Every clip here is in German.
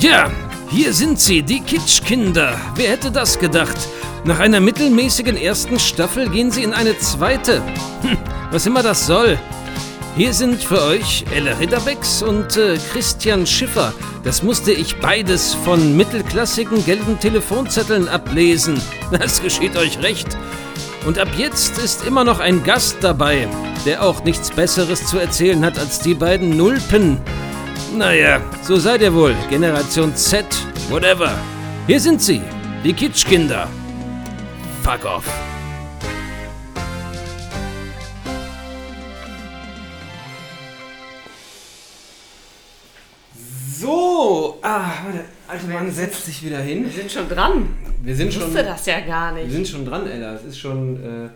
Ja, hier sind sie, die Kitschkinder. Wer hätte das gedacht? Nach einer mittelmäßigen ersten Staffel gehen sie in eine zweite. Hm, was immer das soll. Hier sind für euch Elle Ridderbecks und äh, Christian Schiffer. Das musste ich beides von mittelklassigen gelben Telefonzetteln ablesen. Das geschieht euch recht. Und ab jetzt ist immer noch ein Gast dabei, der auch nichts Besseres zu erzählen hat als die beiden Nulpen. Naja, so seid ihr wohl, Generation Z, whatever. Hier sind sie, die Kitschkinder. Fuck off. So, ah, der alte Mann setzt sich wieder hin. Wir sind schon dran. Wir sind Ich schon, wusste das ja gar wir nicht. sind schon dran, Ella. Es ist schon, äh,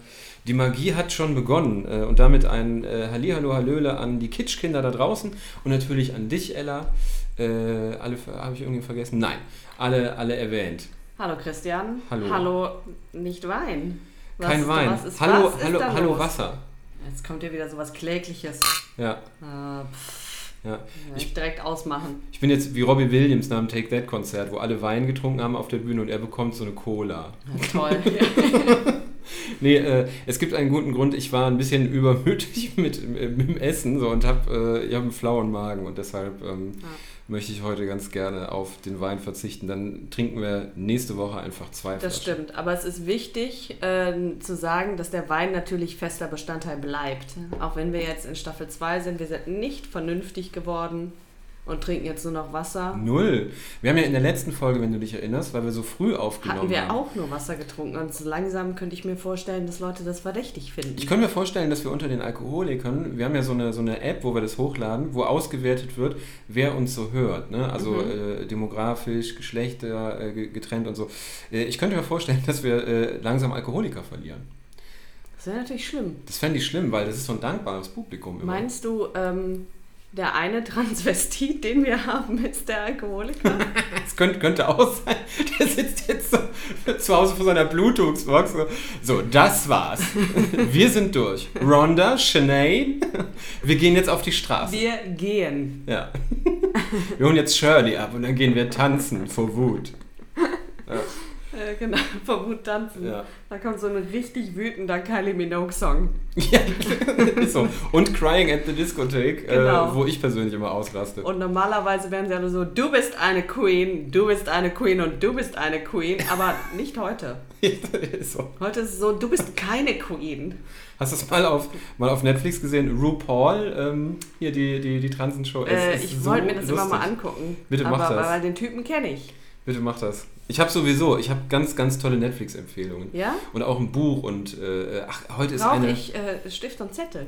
die Magie hat schon begonnen. Äh, und damit ein äh, Hallihallo, Hallöle an die Kitschkinder da draußen und natürlich an dich, Ella. Äh, alle habe ich irgendwie vergessen? Nein, alle, alle erwähnt. Hallo Christian. Hallo. Hallo, nicht Wein. Was- Kein Wein. Was ist, hallo, was ist hallo, da hallo los? Wasser. Jetzt kommt hier wieder sowas Klägliches. Ja, Äh, pff, ja. ja, Ich, ich direkt ausmachen. ich bin jetzt wie Robbie Williams nach dem Take That Konzert, wo alle Wein getrunken haben auf der Bühne und er bekommt so eine Cola. Ja, toll. Nee, äh, es gibt einen guten Grund. Ich war ein bisschen übermütig mit, äh, mit dem Essen so, und habe äh, ich hab einen flauen Magen und deshalb ähm, Ja. möchte ich heute ganz gerne auf den Wein verzichten. Dann trinken wir nächste Woche einfach zwei Das stimmt. Aber es ist wichtig ähm, zu sagen, dass der Wein natürlich fester Bestandteil bleibt. Auch wenn wir jetzt in Staffel 2 sind, wir sind nicht vernünftig geworden und trinken jetzt nur noch Wasser. Null. Wir haben ja in der letzten Folge, wenn du dich erinnerst, weil wir so früh aufgenommen Hatten wir haben. auch nur Wasser getrunken und so langsam könnte ich mir vorstellen, dass Leute das verdächtig finden. Ich könnte mir vorstellen, dass wir unter den Alkoholikern, wir haben ja so eine, so eine App, wo wir das hochladen, wo ausgewertet wird, wer uns so hört. Ne? Also äh, demografisch, Geschlechter äh, ge- getrennt und so. Äh, ich könnte mir vorstellen, dass wir äh, langsam Alkoholiker verlieren. das wäre natürlich schlimm. Das fände ich schlimm, weil das ist so ein dankbares Publikum. Immer. Meinst du, ähm, der eine Transvestit, den wir haben, ist der Alkoholiker? Das könnte, könnte auch sein. Der sitzt jetzt so zu Hause vor seiner Blutungsbox. So, so das war's. Wir sind durch. Rhonda, Sinead, wir gehen jetzt auf die Straße. wir gehen. Ja. Wir holen jetzt Shirley ab und dann gehen wir tanzen vor Wut. Äh, genau, vor Wut tanzen. Ja. Da kommt so ein richtig wütender Kylie Minogue-Song. Ja, ist so. Und Crying at the Discotheque, äh, Genau. wo ich persönlich immer ausraste. Und normalerweise wären sie alle so, du bist eine Queen, du bist eine Queen und du bist eine Queen, aber nicht heute. ist so. Heute ist es so, du bist keine Queen. Hast du es mal auf, mal auf Netflix gesehen? RuPaul, ähm, hier die, die, die Transenshow. Es Äh, ist ich so wollte mir das immer lustig. mal angucken. Bitte mach aber, das. Weil den Typen kenne ich. Bitte mach das. Ich habe sowieso, ich habe ganz, ganz tolle Netflix-Empfehlungen. Ja? Und auch ein Buch und äh, ach, heute ist Brauche eine. ich äh, Stift und Zettel.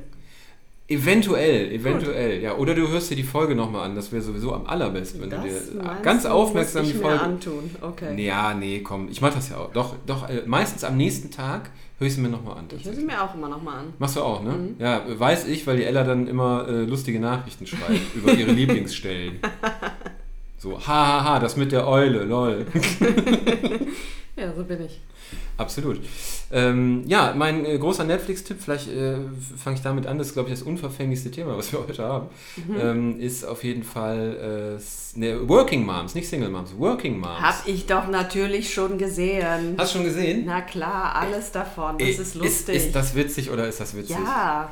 Eventuell, eventuell, ja. Oder du hörst dir die Folge nochmal an, das wäre sowieso am allerbesten, wenn Das du dir äh, meinst ganz du, aufmerksam muss die ich Folge. Mir antun. Okay. Nee, Ja, nee, komm, ich mach das ja auch. Doch, doch, äh, meistens am nächsten Tag höre ich sie mir nochmal an. Ich höre sie tatsächlich. mir Mhm. auch immer nochmal an. Machst du auch, ne? Ja, äh, weiß ich, weil die Ella dann immer äh, lustige Nachrichten schreibt über ihre Lieblingsstellen. So, hahaha, ha, ha, das mit der Eule, lol. Ja, so bin ich. Absolut. Ähm, ja, mein äh, großer Netflix-Tipp, vielleicht äh, fange ich damit an, das ist, glaube ich, das unverfänglichste Thema, was wir heute haben, Mhm. ähm, ist auf jeden Fall äh, s- ne, Working Moms, nicht Single Moms, Working Moms. Hab ich doch natürlich schon gesehen. Hast du schon gesehen? Na klar, alles davon. Das Ey, ist lustig. Äh, Ist, das witzig oder ist das witzig? ja,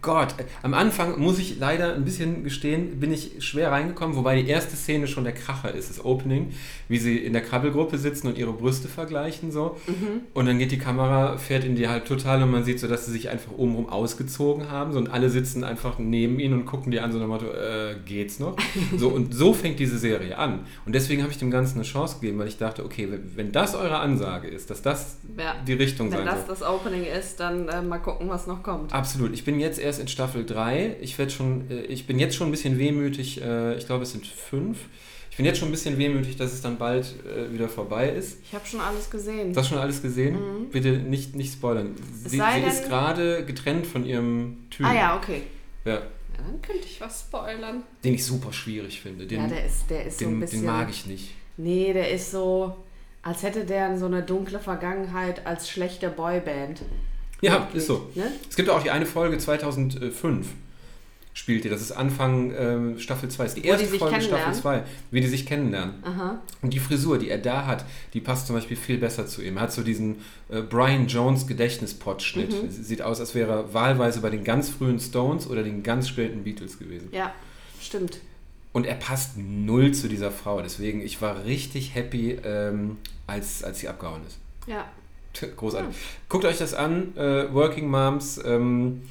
Gott, äh, am Anfang muss ich leider ein bisschen gestehen, bin ich schwer reingekommen, wobei die erste Szene schon der Kracher ist, das Opening, wie sie in der Krabbelgruppe sitzen und ihre Brüste vergleichen so. Mhm. Und dann geht die Kamera, fährt in die Halbtotale und man sieht so, dass sie sich einfach obenrum ausgezogen haben so, und alle sitzen einfach neben ihnen und gucken die an, so nach dem Motto, äh, geht's noch? So, und so fängt diese Serie an. Und deswegen habe ich dem Ganzen eine Chance gegeben, weil ich dachte, okay, wenn, wenn das eure Ansage ist, dass das Ja. die Richtung wenn sein soll. das das Opening ist, dann äh, mal gucken, was noch kommt. Absolut. Ich bin jetzt erst in Staffel 3. Ich, werd schon, äh, ich bin jetzt schon ein bisschen wehmütig. äh, Ich glaube, es sind fünf. Ich bin jetzt schon ein bisschen wehmütig, dass es dann bald äh, wieder vorbei ist. Ich habe schon alles gesehen. Hast du schon alles gesehen? Bitte nicht, nicht spoilern. Mhm. Es Sie, sei sie denn- ist gerade getrennt von ihrem Typen, ah ja, okay. Ja, Ja, dann könnte ich was spoilern. den ich super schwierig finde. Den, ja, der ist, der ist so ein den, bisschen. den mag ich nicht. Nee, der ist so, als hätte der so eine dunkle Vergangenheit als schlechte Boyband. Ja, ist so. Ne? Es gibt auch die eine Folge 2005. spielt die. Das ist Anfang ähm, Staffel 2, ist die Wo erste die sich Folge Staffel kennenlernen? 2, wie die sich kennenlernen. Aha. Und die Frisur, die er da hat, die passt zum Beispiel viel besser zu ihm. Er hat so diesen äh, Brian Jones Gedächtnispot-Schnitt. Sieht aus, als wäre er wahlweise bei den ganz frühen Stones oder den ganz späten Beatles gewesen. Ja, stimmt. Und er passt null zu dieser Frau. Deswegen, ich war richtig happy, ähm, als, als sie abgehauen ist. Ja. Großartig. Guckt euch das an, äh, Working Moms. Ähm,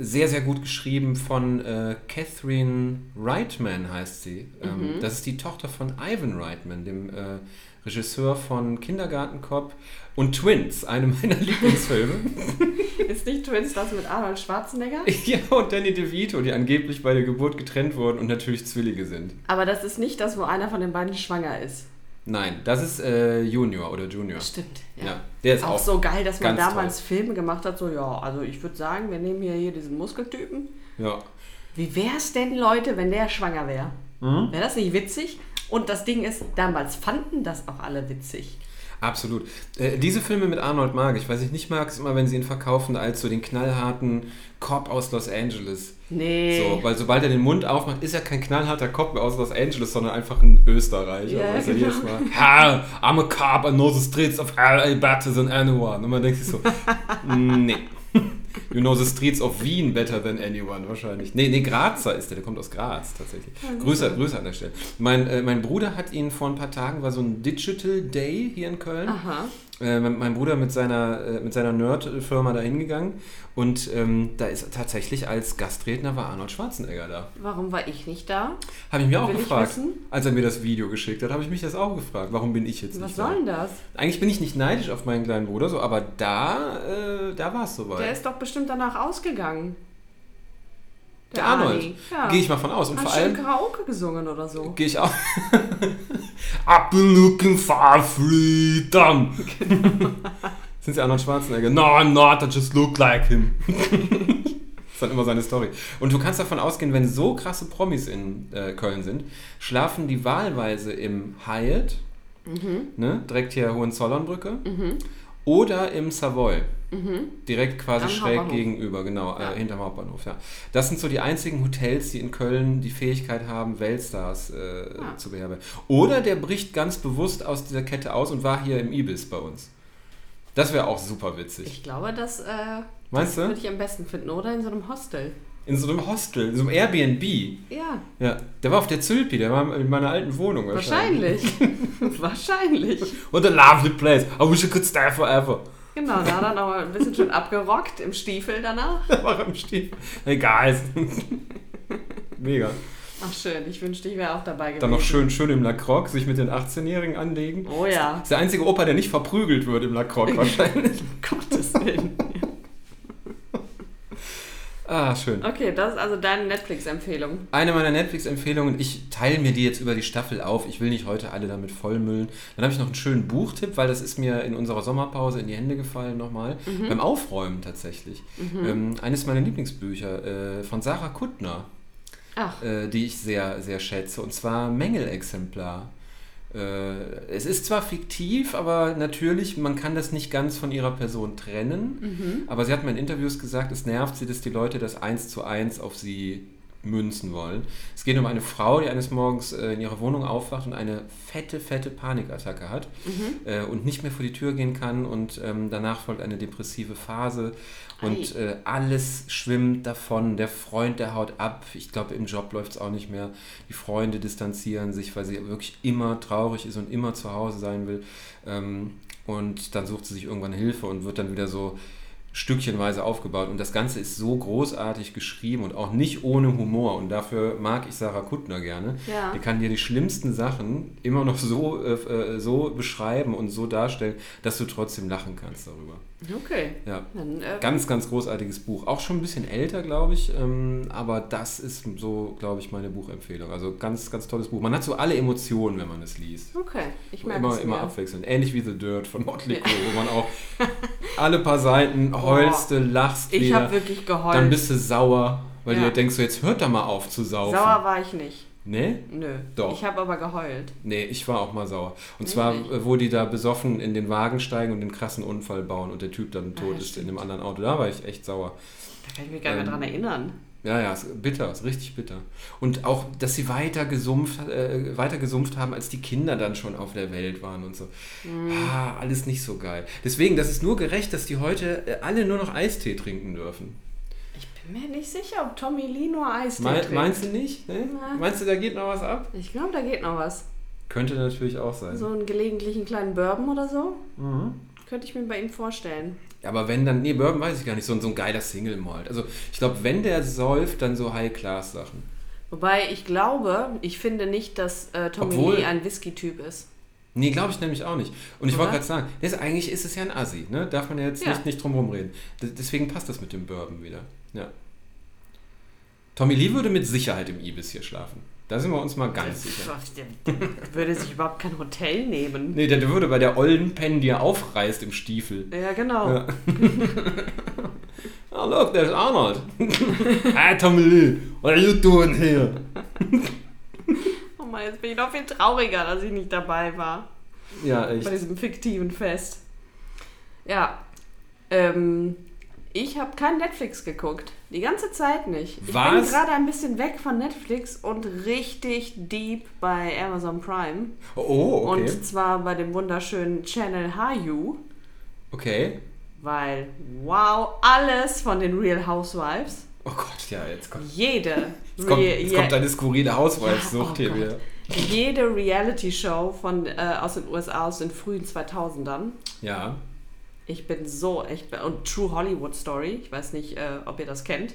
sehr, sehr gut geschrieben von äh, Catherine Reitman heißt sie. Mhm. Ähm, Das ist die Tochter von Ivan Reitman, dem äh, Regisseur von Kindergartenkopf und Twins, einem meiner Lieblingsfilme. Ist nicht Twins das mit Arnold Schwarzenegger? ja, und Danny DeVito, die angeblich bei der Geburt getrennt wurden und natürlich Zwillinge sind. Aber das ist nicht das, wo einer von den beiden schwanger ist. Nein, das ist äh, Junior oder Junior. Stimmt, Ja, der ist auch, auch so geil, dass man ganz damals Filme gemacht hat, so, ja, also ich würde sagen, wir nehmen hier, hier diesen Muskeltypen. Ja. Wie wär's denn, Leute, wenn der schwanger wäre? Mhm. Wäre das nicht witzig? Und das Ding ist, damals fanden das auch alle witzig. Absolut. Äh, diese Filme mit Arnold mag ich. Was ich nicht mag, ist immer, wenn sie ihn verkaufen als so den knallharten Cop aus Los Angeles. Nee. So, weil sobald er den Mund aufmacht, ist er kein knallharter Cop mehr aus Los Angeles, sondern einfach ein Österreicher. Ja, weißt du, genau. jedes Mal, Hell, I'm a cop, I know the streets of hell, I better than anyone. Und man denkt sich so, nee. You know the streets of Wien better than anyone, wahrscheinlich. Nee, nee, Grazer ist der, der kommt aus Graz tatsächlich. Grüße, genau. Grüße an der Stelle. Mein, äh, mein Bruder hat ihn vor ein paar Tagen, war so ein Digital Day hier in Köln. Aha. Äh, mein mein Bruder mit seiner, äh, mit seiner Nerd-Firma da hingegangen und ähm, da ist tatsächlich als Gastredner war Arnold Schwarzenegger da. Warum war ich nicht da? Habe ich mir auch Will ich gefragt. wissen? Als er mir das Video geschickt hat, habe ich mich das auch gefragt. Warum bin ich jetzt Was nicht soll denn das? da? Eigentlich bin ich nicht neidisch auf meinen kleinen Bruder, so, aber da, äh, da war es soweit. Der ist doch bestimmt danach ausgegangen. Der Arnold. Arnie, Ja. Gehe ich mal von aus. Und Hat vor schön allem Karaoke gesungen oder so. gehe ich auch. I've been looking for freedom. Sind Sie Arnold Schwarzenegger? No, I'm not. I just look like him. das ist dann immer seine Story. Und du kannst davon ausgehen, wenn so krasse Promis in äh, Köln sind, schlafen die wahlweise im Hyatt, ne, direkt hier Hohenzollernbrücke, oder im Savoy. Direkt quasi Am schräg Hauptbahnhof. gegenüber, genau, Ja. äh, hinterm Hauptbahnhof, ja. Das sind so die einzigen Hotels, die in Köln die Fähigkeit haben, Weltstars äh, Ah. zu beherbergen. Oder der bricht ganz bewusst aus dieser Kette aus und war hier im Ibis bei uns. Das wäre auch super witzig. Ich glaube, das äh, Meinst du? würde ich am besten finden. Oder in so einem Hostel. In so einem Hostel, in so einem Airbnb. Ja, Ja, der war auf der Zülpi, der war in meiner alten Wohnung wahrscheinlich. wahrscheinlich. wahrscheinlich. What a lovely place. I wish I could stay forever. Genau, da dann aber ein bisschen schön abgerockt im Stiefel danach. Der war am Stiefel. Egal. Mega. Ach schön, ich wünschte, ich wäre auch dabei gewesen. Dann noch schön, schön im Lacroix sich mit den 18-Jährigen anlegen. Oh ja, Das ist der einzige Opa, der nicht verprügelt wird im Lacroix wahrscheinlich. Gottes Willen. ah, schön. Okay, das ist also deine Netflix-Empfehlung. Eine meiner Netflix-Empfehlungen, ich teile mir die jetzt über die Staffel auf. Ich will nicht heute alle damit vollmüllen. Dann habe ich noch einen schönen Buchtipp, weil das ist mir in unserer Sommerpause in die Hände gefallen nochmal. Beim Aufräumen tatsächlich. Ähm, eines meiner Lieblingsbücher äh, von Sarah Kuttner, Ach, äh, die ich sehr, sehr schätze. Und zwar Mängelexemplar. Äh, es ist zwar fiktiv, aber natürlich, man kann das nicht ganz von ihrer Person trennen. Aber sie hat mir in Interviews gesagt, es nervt sie, dass die Leute das eins zu eins auf sie münzen wollen. Es geht um eine Frau, die eines Morgens äh, in ihrer Wohnung aufwacht und eine fette, fette Panikattacke hat äh, und nicht mehr vor die Tür gehen kann und ähm, danach folgt eine depressive Phase und äh, alles schwimmt davon. Der Freund, der haut ab. Ich glaube, im Job läuft es auch nicht mehr. Die Freunde distanzieren sich, weil sie wirklich immer traurig ist und immer zu Hause sein will. Ähm, und dann sucht sie sich irgendwann Hilfe und wird dann wieder so stückchenweise aufgebaut. Und das Ganze ist so großartig geschrieben und auch nicht ohne Humor. Und dafür mag ich Sarah Kuttner gerne. Ja. Die kann dir die schlimmsten Sachen immer noch so, äh, äh, so beschreiben und so darstellen, dass du trotzdem lachen kannst darüber. okay. Ja. Dann, äh, Ganz, ganz großartiges Buch. Auch schon ein bisschen älter, glaube ich. Ähm, aber das ist so, glaube ich, meine Buchempfehlung. Also ganz, ganz tolles Buch. Man hat so alle Emotionen, wenn man es liest. okay, ich merke Immer, es immer mir. abwechselnd. Ähnlich wie The Dirt von Motley Crue, wo man auch alle paar Seiten heulst, du, lachst Oh. Ich wieder. habe wirklich geheult. Dann bist du sauer, weil Ja. du denkst, so, jetzt hört da mal auf zu saufen. Sauer war ich nicht. Ne? Nö. Doch. Ich habe aber geheult. Nee, ich war auch mal sauer. Und zwar, Wirklich? äh, wo die da besoffen in den Wagen steigen und den krassen Unfall bauen und der Typ dann tot Ah, ja, ist in stimmt. einem anderen Auto. Da war ich echt sauer. Da kann ich mich gar nicht Ähm, mehr dran erinnern. Ja, ja, ist bitter, ist richtig bitter. Und auch, dass sie weiter gesumpft, äh, weiter gesumpft haben, als die Kinder dann schon auf der Welt waren und so. Ah, alles nicht so geil. Deswegen, das ist nur gerecht, dass die heute äh, alle nur noch Eistee trinken dürfen. Ich bin mir nicht sicher, ob Tommy Lee nur Eis Mei- trinkt. meinst du nicht? Ne? Na. Meinst du, da geht noch was ab? Ich glaube, da geht noch was. Könnte natürlich auch sein. So einen gelegentlichen kleinen Bourbon oder so. Mhm. Könnte ich mir bei ihm vorstellen. Aber wenn dann, nee, Bourbon weiß ich gar nicht, so, ein- so ein geiler Single Malt. Also ich glaube, wenn der säuft, dann so High-Class-Sachen. Wobei ich glaube, ich finde nicht, dass äh, Tommy Obwohl- Lee ein Whisky-Typ ist. Nee, glaube ich nämlich auch nicht. Und ich Oder? wollte gerade sagen, das, ist- eigentlich ist es ja ein Assi, ne? Darf man ja jetzt Ja. Nicht, nicht drum rumreden. D deswegen passt das mit dem Bourbon wieder. Ja. Tommy Lee würde mit Sicherheit im Ibis hier schlafen. Da sind wir uns mal ganz sicher. Der würde sich überhaupt kein Hotel nehmen. Nee, der der würde bei der ollen pennen, die er aufreißt im Stiefel. Ja, genau. Ja. Oh, look, there's Arnold. ah, Tommy Lee, what are you doing here? Oh Mann, jetzt bin ich noch viel trauriger, dass ich nicht dabei war. Ja, Bei echt. diesem fiktiven Fest. Ja. Ähm, ich habe kein Netflix geguckt. Die ganze Zeit nicht. Ich bin Was? gerade ein bisschen weg von Netflix und richtig deep bei Amazon Prime. Oh, okay. Und zwar bei dem wunderschönen Channel Hayu. Okay. Weil, wow, alles von den Real Housewives. Oh Gott, ja, jetzt kommt, Jede. jetzt kommt, Re- jetzt ja- kommt deine skurrile Hausweissucht Ja, oh hier Gott. wieder. jede Reality-Show von, äh, aus den USA, aus den frühen 2000ern. Ja. Ich bin so, ich bin, und True Hollywood Story. Ich weiß nicht, äh, ob ihr das kennt.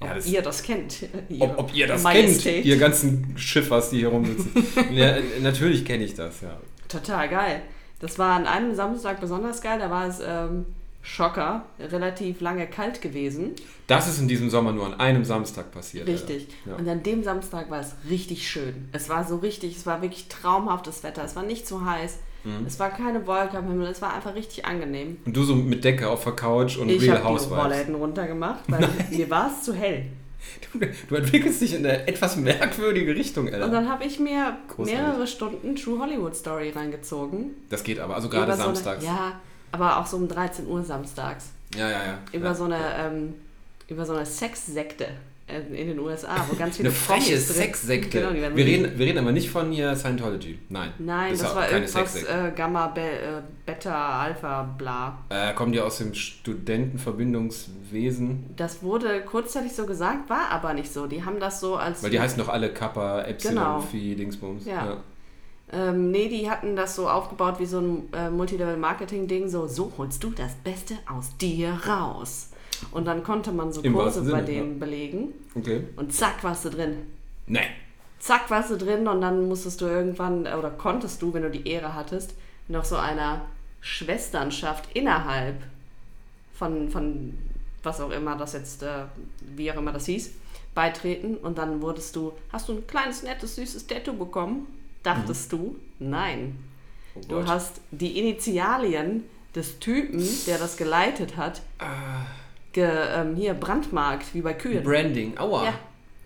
Ob ja das, ihr das kennt. Ihre ob, ob ihr das Majestät. kennt, ihr ganzen Schiffers, die hier rumsitzen. ja, äh, natürlich kenne ich das, ja. Total geil. Das war an einem Samstag besonders geil. Da war es, ähm, Schocker, relativ lange kalt gewesen. Das ist in diesem Sommer nur an einem Samstag passiert. Richtig. Ja. Und an dem Samstag war es richtig schön. Es war so richtig, es war wirklich traumhaftes Wetter. Es war nicht zu heiß. Mhm. Es war keine Wolke am Himmel. Es war einfach richtig angenehm. Und du so mit Decke auf der Couch und Ich Real habe die Housewives. Rollläden runtergemacht, weil mir war es zu hell. Du, du entwickelst dich in eine etwas merkwürdige Richtung, Und Ella. dann habe ich mir Großartig. mehrere Stunden True Hollywood Story reingezogen. Das geht aber, also gerade Über so eine- samstags. Ja, aber auch so um 13 Uhr samstags. ja, ja. ja. Über ja. so eine, ähm, über so eine Sexsekte in in den USA, wo ganz viele Eine freche Promis drin- Sexsekte. Genau, die Hm. werden wir, reden, wir reden aber nicht von hier Scientology. Nein. Nein, das, ist auch war keine irgendwas Sexsekte. äh, Gamma, Be äh, Beta, Alpha, bla. Äh, kommen die aus dem Studentenverbindungswesen? Das wurde kurzzeitig so gesagt, war aber nicht so. Die haben das so als. Weil die heißen doch alle Kappa, Epsilon, Hm. Genau. Phi, Dingsbums. Ja. Ähm, nee, die hatten das so aufgebaut wie so ein äh, Multilevel-Marketing-Ding, so, so holst du das Beste aus dir raus. Und dann konnte man so Im Kurse wahrsten bei Sinne, denen belegen Okay. und zack warst du drin. Nein. Zack warst du drin und dann musstest du irgendwann, äh, oder konntest du, wenn du die Ehre hattest, noch so einer Schwesternschaft innerhalb von, von was auch immer das jetzt, äh, wie auch immer das hieß, beitreten und dann wurdest du, hast du ein kleines, nettes, süßes Tattoo bekommen? Dachtest du? Nein. Oh Du hast die Initialien des Typen, der das geleitet hat, ge, ähm, hier brandmarkt, wie bei Kühen. Branding, aua. Ja.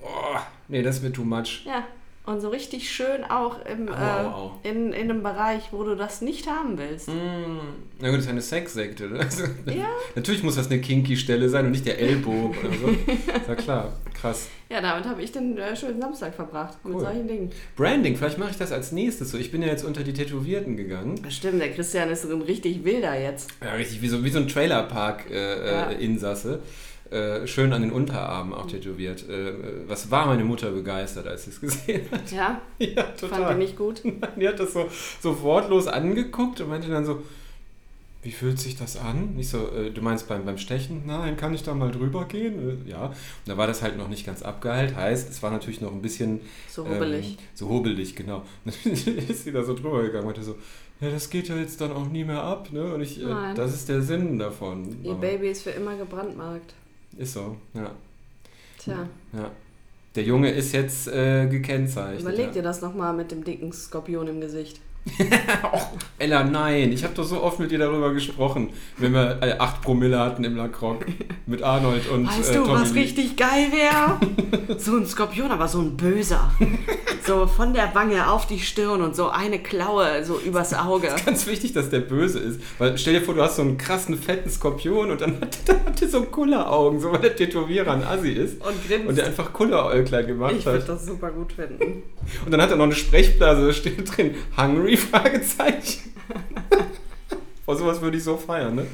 Oh, nee, das ist mir too much. ja. Und so richtig schön auch im, Au, äh, au, Hm. au. In, in einem Bereich, wo du das nicht haben willst. Na gut, das ist eine Sexsekte. ne? Also, Mm. Ja. Natürlich muss das eine kinky Stelle sein und nicht der Ellbogen oder so. Ist ja klar, krass. Ja, damit habe ich den äh, schönen Samstag verbracht. Mit Cool. solchen Dingen. Branding, vielleicht mache ich das als nächstes so. Ich bin ja jetzt unter die Tätowierten gegangen. Stimmt, der Christian ist so ein richtig wilder jetzt. Ja, richtig, wie so, wie so ein Ja. Trailerpark-Insasse. Äh, schön an den Unterarmen auch tätowiert. Äh, äh, was war meine Mutter begeistert, als sie es gesehen hat? Ja, Ja, total. fand den nicht gut. Die hat das so, so wortlos angeguckt und meinte dann so, wie fühlt sich das an? Nicht so, äh, du meinst beim, beim Stechen? Nein, kann ich da mal drüber gehen? Äh, ja. Und da war das halt noch nicht ganz abgeheilt. Heißt, es war natürlich noch ein bisschen... So ähm, rubbelig. so hobelig, genau. Und dann ist sie da so drüber gegangen und meinte so, ja, das geht ja jetzt dann auch nie mehr ab, ne? Und ich, äh, Nein. das ist der Sinn davon. Ihr Aber Baby ist für immer gebrandmarkt. Ist so, ja. Tja, ja. Der Junge ist jetzt äh, gekennzeichnet. überleg ja. dir das nochmal mit dem dicken Skorpion im Gesicht. Och, Ella, nein, ich habe doch so oft mit dir darüber gesprochen, wenn wir äh, 8 Promille hatten im Lacroix mit Arnold und Weißt äh, du, Tommy was Lee. richtig geil wäre? So ein Skorpion, aber so ein böser. So von der Wange auf die Stirn und so eine Klaue so übers Auge. Ganz wichtig, dass der böse ist. Weil stell dir vor, du hast so einen krassen, fetten Skorpion und dann hat, dann hat der so Kulleraugen, so weil der Tätowierer ein Assi ist. Und grinst. Und der einfach Kulleräugler gemacht Ich würde hat. das super gut finden. Und dann hat er noch eine Sprechblase, da steht drin, Hungry? Fragezeichen. Vor sowas würde ich so feiern, ne?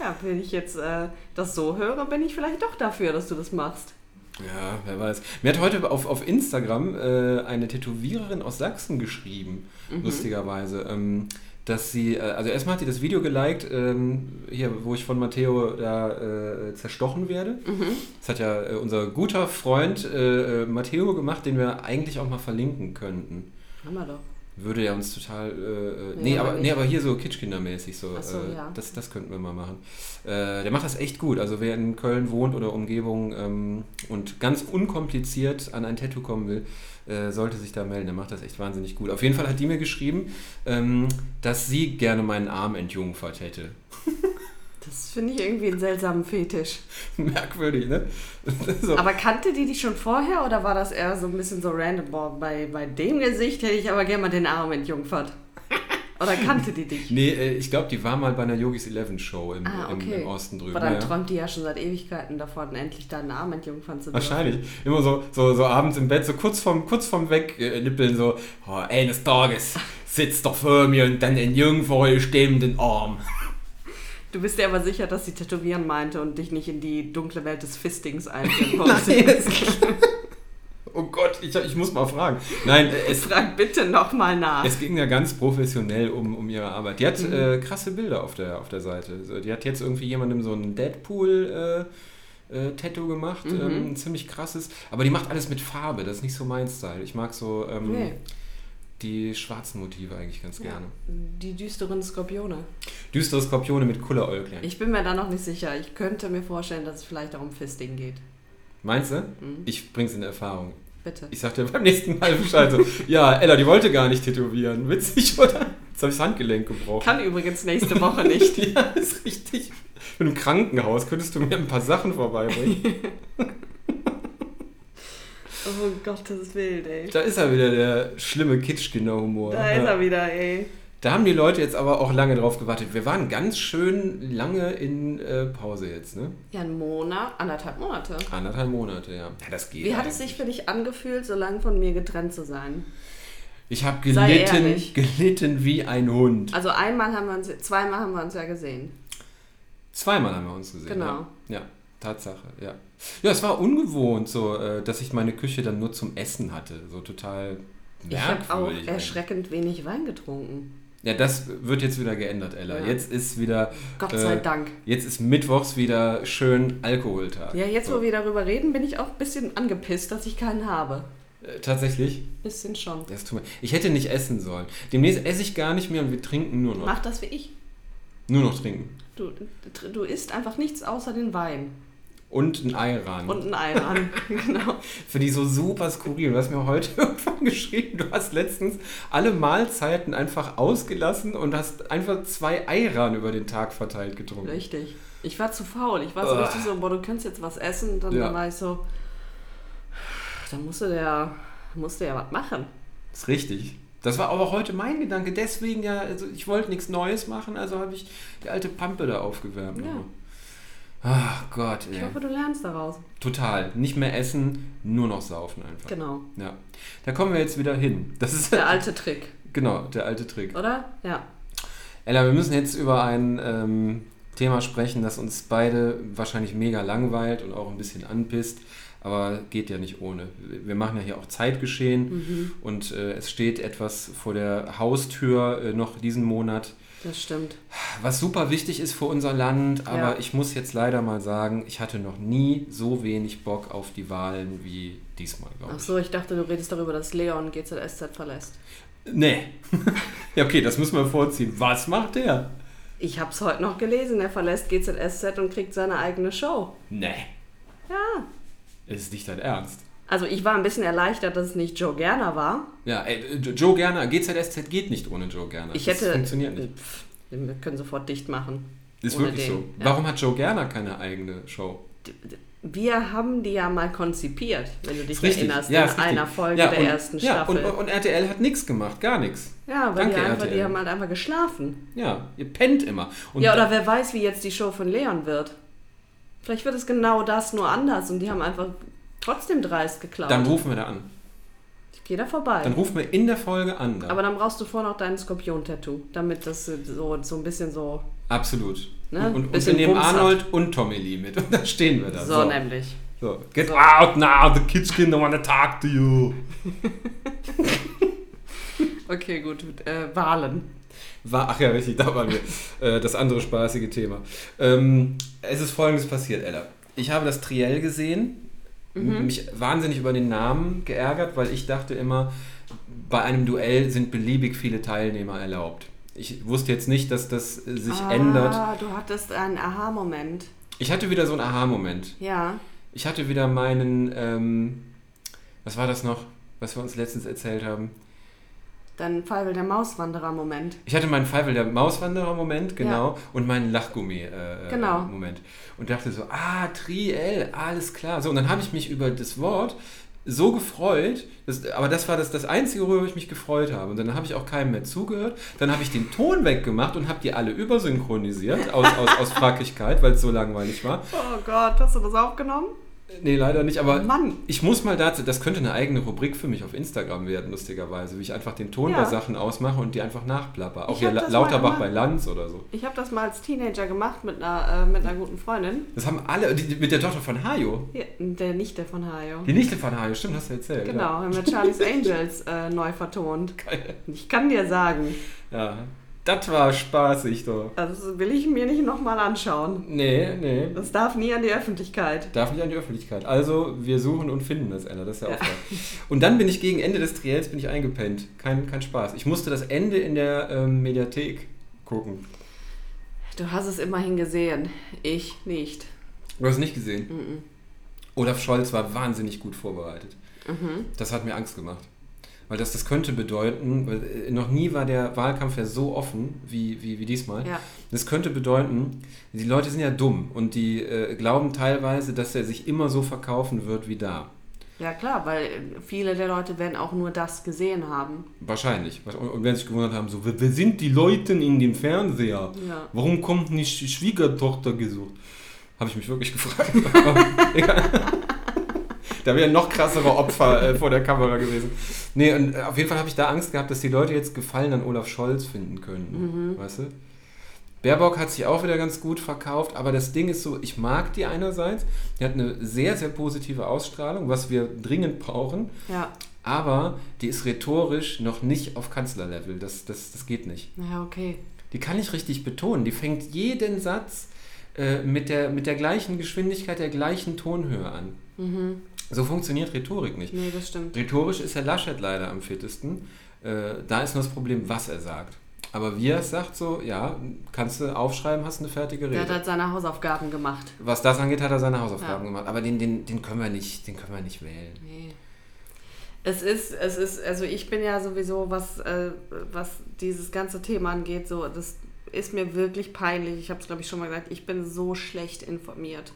Ja, wenn ich jetzt äh, das so höre, bin ich vielleicht doch dafür, dass du das machst. Ja, wer weiß. Mir hat heute auf, auf Instagram äh, eine Tätowiererin aus Sachsen geschrieben, lustigerweise. Ähm, dass sie, äh, also erstmal hat sie das Video geliked, ähm, hier, wo ich von Matteo da äh, zerstochen werde. Das hat ja äh, unser guter Freund äh, äh, Matteo gemacht, den wir eigentlich auch mal verlinken könnten. Haben wir doch. Würde ja uns total. Äh, äh, Nee, nee, aber aber, nee, nicht. aber hier so Kitschkindermäßig. So, Ach so, äh, ja. das, das könnten wir mal machen. Äh, der macht das echt gut. Also, wer in Köln wohnt oder Umgebung ähm, und ganz unkompliziert an ein Tattoo kommen will, äh, sollte sich da melden. Der macht das echt wahnsinnig gut. Auf jeden Fall hat die mir geschrieben, ähm, dass sie gerne meinen Arm entjungfert hätte. Das finde ich irgendwie einen seltsamen Fetisch. Merkwürdig, ne? so. Aber kannte die dich schon vorher oder war das eher so ein bisschen so random? Boah, bei, bei dem Gesicht hätte ich aber gerne mal den Arm entjungfert. Oder kannte die dich? Nee, äh, ich glaube, die war mal bei einer Yogis 11 Show im, im, im Osten drüben. Aber Ah, dann ja. träumt die ja schon seit Ewigkeiten davon, endlich deinen Arm entjungfern zu dürfen. Wahrscheinlich. Immer so, so, so abends im Bett, so kurz vorm, kurz vorm Wegnippeln, so, oh, eines Tages sitzt doch vor mir und dann in irgendwo stehend den Arm. Du bist dir aber sicher, dass sie tätowieren meinte und dich nicht in die dunkle Welt des Fistings Nein, einführen es- oh Gott, ich, ich muss mal fragen. Nein, äh, es, Frag bitte nochmal nach. es ging ja ganz professionell um, um ihre Arbeit. Die hat äh, krasse Bilder auf der, auf der Seite. So, die hat jetzt irgendwie jemandem so ein Deadpool- äh, äh, Tattoo gemacht, ähm, ein ziemlich krasses, aber die macht alles mit Farbe, das ist nicht so mein Style. Ich mag so ähm, Nee, die schwarzen Motive eigentlich ganz gerne. die düsteren Skorpione. Düstere Skorpione mit Kulleräuglern. Ich bin mir da noch nicht sicher. Ich könnte mir vorstellen, dass es vielleicht auch um Fisting geht. Meinst du? Mhm. Ich bring's in Erfahrung. Bitte. Ich sag dir beim nächsten Mal Bescheid. So, ja, Ella, die wollte gar nicht tätowieren. Witzig, oder? Jetzt habe ich das Handgelenk gebrochen. Kann übrigens nächste Woche nicht. ja, ist richtig. Ich bin im Krankenhaus. Könntest du mir ein paar Sachen vorbeibringen? Oh Gottes Willen, ey. da ist ja wieder der schlimme Kitschkinder-Humor. Da ist Ja. er wieder, ey. Da haben die Leute jetzt aber auch lange drauf gewartet. Wir waren ganz schön lange in äh, Pause jetzt, ne? Ja, ein Monat, anderthalb Monate. Anderthalb Monate, ja. Ja, das geht. Wie hat es eigentlich. sich für dich angefühlt, so lange von mir getrennt zu sein? Ich habe Sei gelitten, ehrlich. gelitten wie ein Hund. Also einmal haben wir uns, zweimal haben wir uns ja gesehen. Zweimal haben wir uns gesehen. ne? Genau. Ja, ja Tatsache, ja. Ja, es war ungewohnt, so, äh, dass ich meine Küche dann nur zum Essen hatte. So total Ich habe auch merkwürdig. erschreckend wenig Wein getrunken. ja, das wird jetzt wieder geändert, Ella. Ja. Jetzt ist wieder. äh, Gott sei Dank. Jetzt ist mittwochs wieder schön Alkoholtag. Ja, jetzt wo so. wir darüber reden, bin ich auch ein bisschen angepisst, dass ich keinen habe. äh, Tatsächlich. Bisschen schon. Das tut mir. Ich hätte nicht essen sollen. Demnächst esse ich gar nicht mehr und wir trinken nur noch. Mach das wie ich. Nur noch trinken. Du, du isst einfach nichts außer den Wein Und ein Ei ran. und einen Eiran. genau. Für die so super skurril. Du hast mir heute irgendwann geschrieben, du hast letztens alle Mahlzeiten einfach ausgelassen und hast einfach zwei Eiran über den Tag verteilt getrunken. Richtig. Ich war zu faul. Ich war so Ah. richtig so, boah, du könntest jetzt was essen. Und dann Ja. war ich so, dann musst du ja, musst du ja was machen. Das ist richtig. Das war aber heute mein Gedanke. Deswegen ja, also ich wollte nichts Neues machen, also habe ich die alte Pampe da aufgewärmt. Ja. Ach Gott, ey. Ich hoffe, du lernst daraus. Total. Nicht mehr essen, nur noch saufen einfach. Genau. Ja. Da kommen wir jetzt wieder hin. Das ist Der alte Trick, Genau, der alte Trick. oder? Ja. Ella, wir müssen jetzt über ein ähm, Thema sprechen, das uns beide wahrscheinlich mega langweilt und auch ein bisschen anpisst. Aber geht ja nicht ohne. Wir machen ja hier auch Zeitgeschehen Mhm. und äh, es steht etwas vor der Haustür äh, noch diesen Monat, Das stimmt. was super wichtig ist für unser Land. Aber Ja. ich muss jetzt leider mal sagen, ich hatte noch nie so wenig Bock auf die Wahlen wie diesmal, glaube Ach ich. so, ich dachte, du redest darüber, dass Leon GZSZ verlässt. Nee. ja, okay, das müssen wir vorziehen. Was macht der? Ich hab's heute noch gelesen, er verlässt GZSZ und kriegt seine eigene Show. Nee. Ja, Es ist nicht dein Ernst. Also ich war ein bisschen erleichtert, dass es nicht Joe Gerner war. Ja, ey, Joe Gerner, GZSZ geht nicht ohne Joe Gerner. Ich das hätte. funktioniert nicht. Pff, wir können sofort dicht machen. Ist ohne wirklich den, so. ja. Warum hat Joe Gerner keine eigene Show? Wir haben die ja mal konzipiert, wenn du dich Ist richtig. erinnerst, Ja, in ist richtig. einer Folge Ja, der und- ersten ja, Staffel. Und, und RTL hat nichts gemacht, gar nichts. ja, weil die, Danke, einfach, die RTL. haben halt einfach geschlafen. Ja, ihr pennt immer. Und ja, da- oder wer weiß, wie jetzt die Show von Leon wird. Vielleicht wird es genau das nur anders und die haben einfach trotzdem dreist geklaut. dann rufen wir da an. ich gehe da vorbei. Dann rufen wir in der Folge an. Da. Aber dann brauchst du vorher noch dein Skorpion-Tattoo, damit das so, so ein bisschen so. Absolut. Ne? Und, und, und wir Bisschen nehmen Bums hat. Arnold und Tommy Lee mit. Und dann stehen wir da. So, ne. nämlich. So. Get out now, the Kitschkinder wanna talk to you. Okay, gut. Äh, Wahlen. War, ach ja, richtig, da waren wir. Äh, das andere spaßige Thema. Ähm, es ist folgendes passiert, Ella. Ich habe das Triell gesehen, mich wahnsinnig über den Namen geärgert, weil ich dachte immer, bei einem Duell sind beliebig viele Teilnehmer erlaubt. Ich wusste jetzt nicht, dass das äh, sich ändert. Ah, du hattest einen Aha-Moment. Ich hatte wieder so einen Aha-Moment. Ja. Ich hatte wieder meinen, ähm, was war das noch, was wir uns letztens erzählt haben? Dann Fallwill der Mauswanderer-Moment. Ich hatte meinen Pfeifel der Mauswanderer-Moment, genau, und meinen Lachgummi-Moment. Genau. Und dachte so, ah, Triel, alles klar. So, und dann habe ich mich über das Wort so gefreut, das, aber das war das, das Einzige, worüber ich mich gefreut habe. Und dann habe ich auch keinem mehr zugehört. Dann habe ich den Ton weggemacht und habe die alle übersynchronisiert, aus, aus, aus Frackigkeit, weil es so langweilig war. Oh Gott, hast du das aufgenommen? Nee, leider nicht, aber Mann. ich muss mal dazu, das könnte eine eigene Rubrik für mich auf Instagram werden, lustigerweise, wie ich einfach den Ton Ja. bei Sachen ausmache und die einfach nachplapper. Auch Ich hier hab La das mal Lauterbach gemacht. bei Lanz oder so. Ich habe das mal als Teenager gemacht mit einer, äh, mit einer guten Freundin. Das haben alle, die, die, mit der Tochter von Hajo, Hier, der Nichte von Hayo. die Nichte von Hajo, stimmt, hast du erzählt. Mhm. Genau, haben wir Charlie's Angels äh, neu vertont. Geil. Ich kann dir sagen, Ja. ja. Das war spaßig, doch. das will ich mir nicht nochmal anschauen. Nee, nee. Das darf nie an die Öffentlichkeit. Darf nicht an die Öffentlichkeit. Also, wir suchen und finden das Ende. Das ist ja auch klar. Und dann bin ich gegen Ende des Triels bin ich eingepennt. Kein, kein Spaß. Ich musste das Ende in der ähm, Mediathek gucken. Du hast es immerhin gesehen. Ich nicht. Du hast es nicht gesehen? Mhm. Olaf Scholz war wahnsinnig gut vorbereitet. Mhm. Das hat mir Angst gemacht. Weil das, das könnte bedeuten, weil äh, noch nie war der Wahlkampf ja so offen wie, wie, wie diesmal. Ja. Das könnte bedeuten, die Leute sind ja dumm und die äh, glauben teilweise, dass er sich immer so verkaufen wird wie da. Ja klar, weil viele der Leute werden auch nur das gesehen haben. Wahrscheinlich. Und und werden sich gewundert haben, so, wer, wer sind die Leute in dem Fernseher? Ja. Warum kommt nicht die Schwiegertochter gesucht? Habe ich mich wirklich gefragt. da wäre noch krassere Opfer äh, vor der Kamera gewesen. Nee, und äh, auf jeden Fall habe ich da Angst gehabt, dass die Leute jetzt Gefallen an Olaf Scholz finden können. Weißt du? Baerbock hat sich auch wieder ganz gut verkauft, aber das Ding ist so, ich mag die einerseits. Die hat eine sehr, sehr positive Ausstrahlung, was wir dringend brauchen. Ja. Aber die ist rhetorisch noch nicht auf Kanzlerlevel. Das, das, das geht nicht. Ja, okay. Die kann ich richtig betonen. Die fängt jeden Satz äh, mit, der, mit der gleichen Geschwindigkeit, der gleichen Tonhöhe an. Mhm. So funktioniert Rhetorik nicht. Nee, das stimmt. Rhetorisch ist Herr Laschet leider am fittesten. Äh, da ist nur das Problem, was er sagt. Aber wie er es sagt, so, ja, kannst du aufschreiben, hast eine fertige Der hat Rede. halt seine Hausaufgaben gemacht. Was das angeht, hat er seine Hausaufgaben Ja. gemacht. Aber den, den, den, können wir nicht, den können wir nicht wählen. Nee. Es ist, es ist, also ich bin ja sowieso, was, äh, was dieses ganze Thema angeht, so, das ist mir wirklich peinlich. Ich habe es, glaube ich, schon mal gesagt, ich bin so schlecht informiert.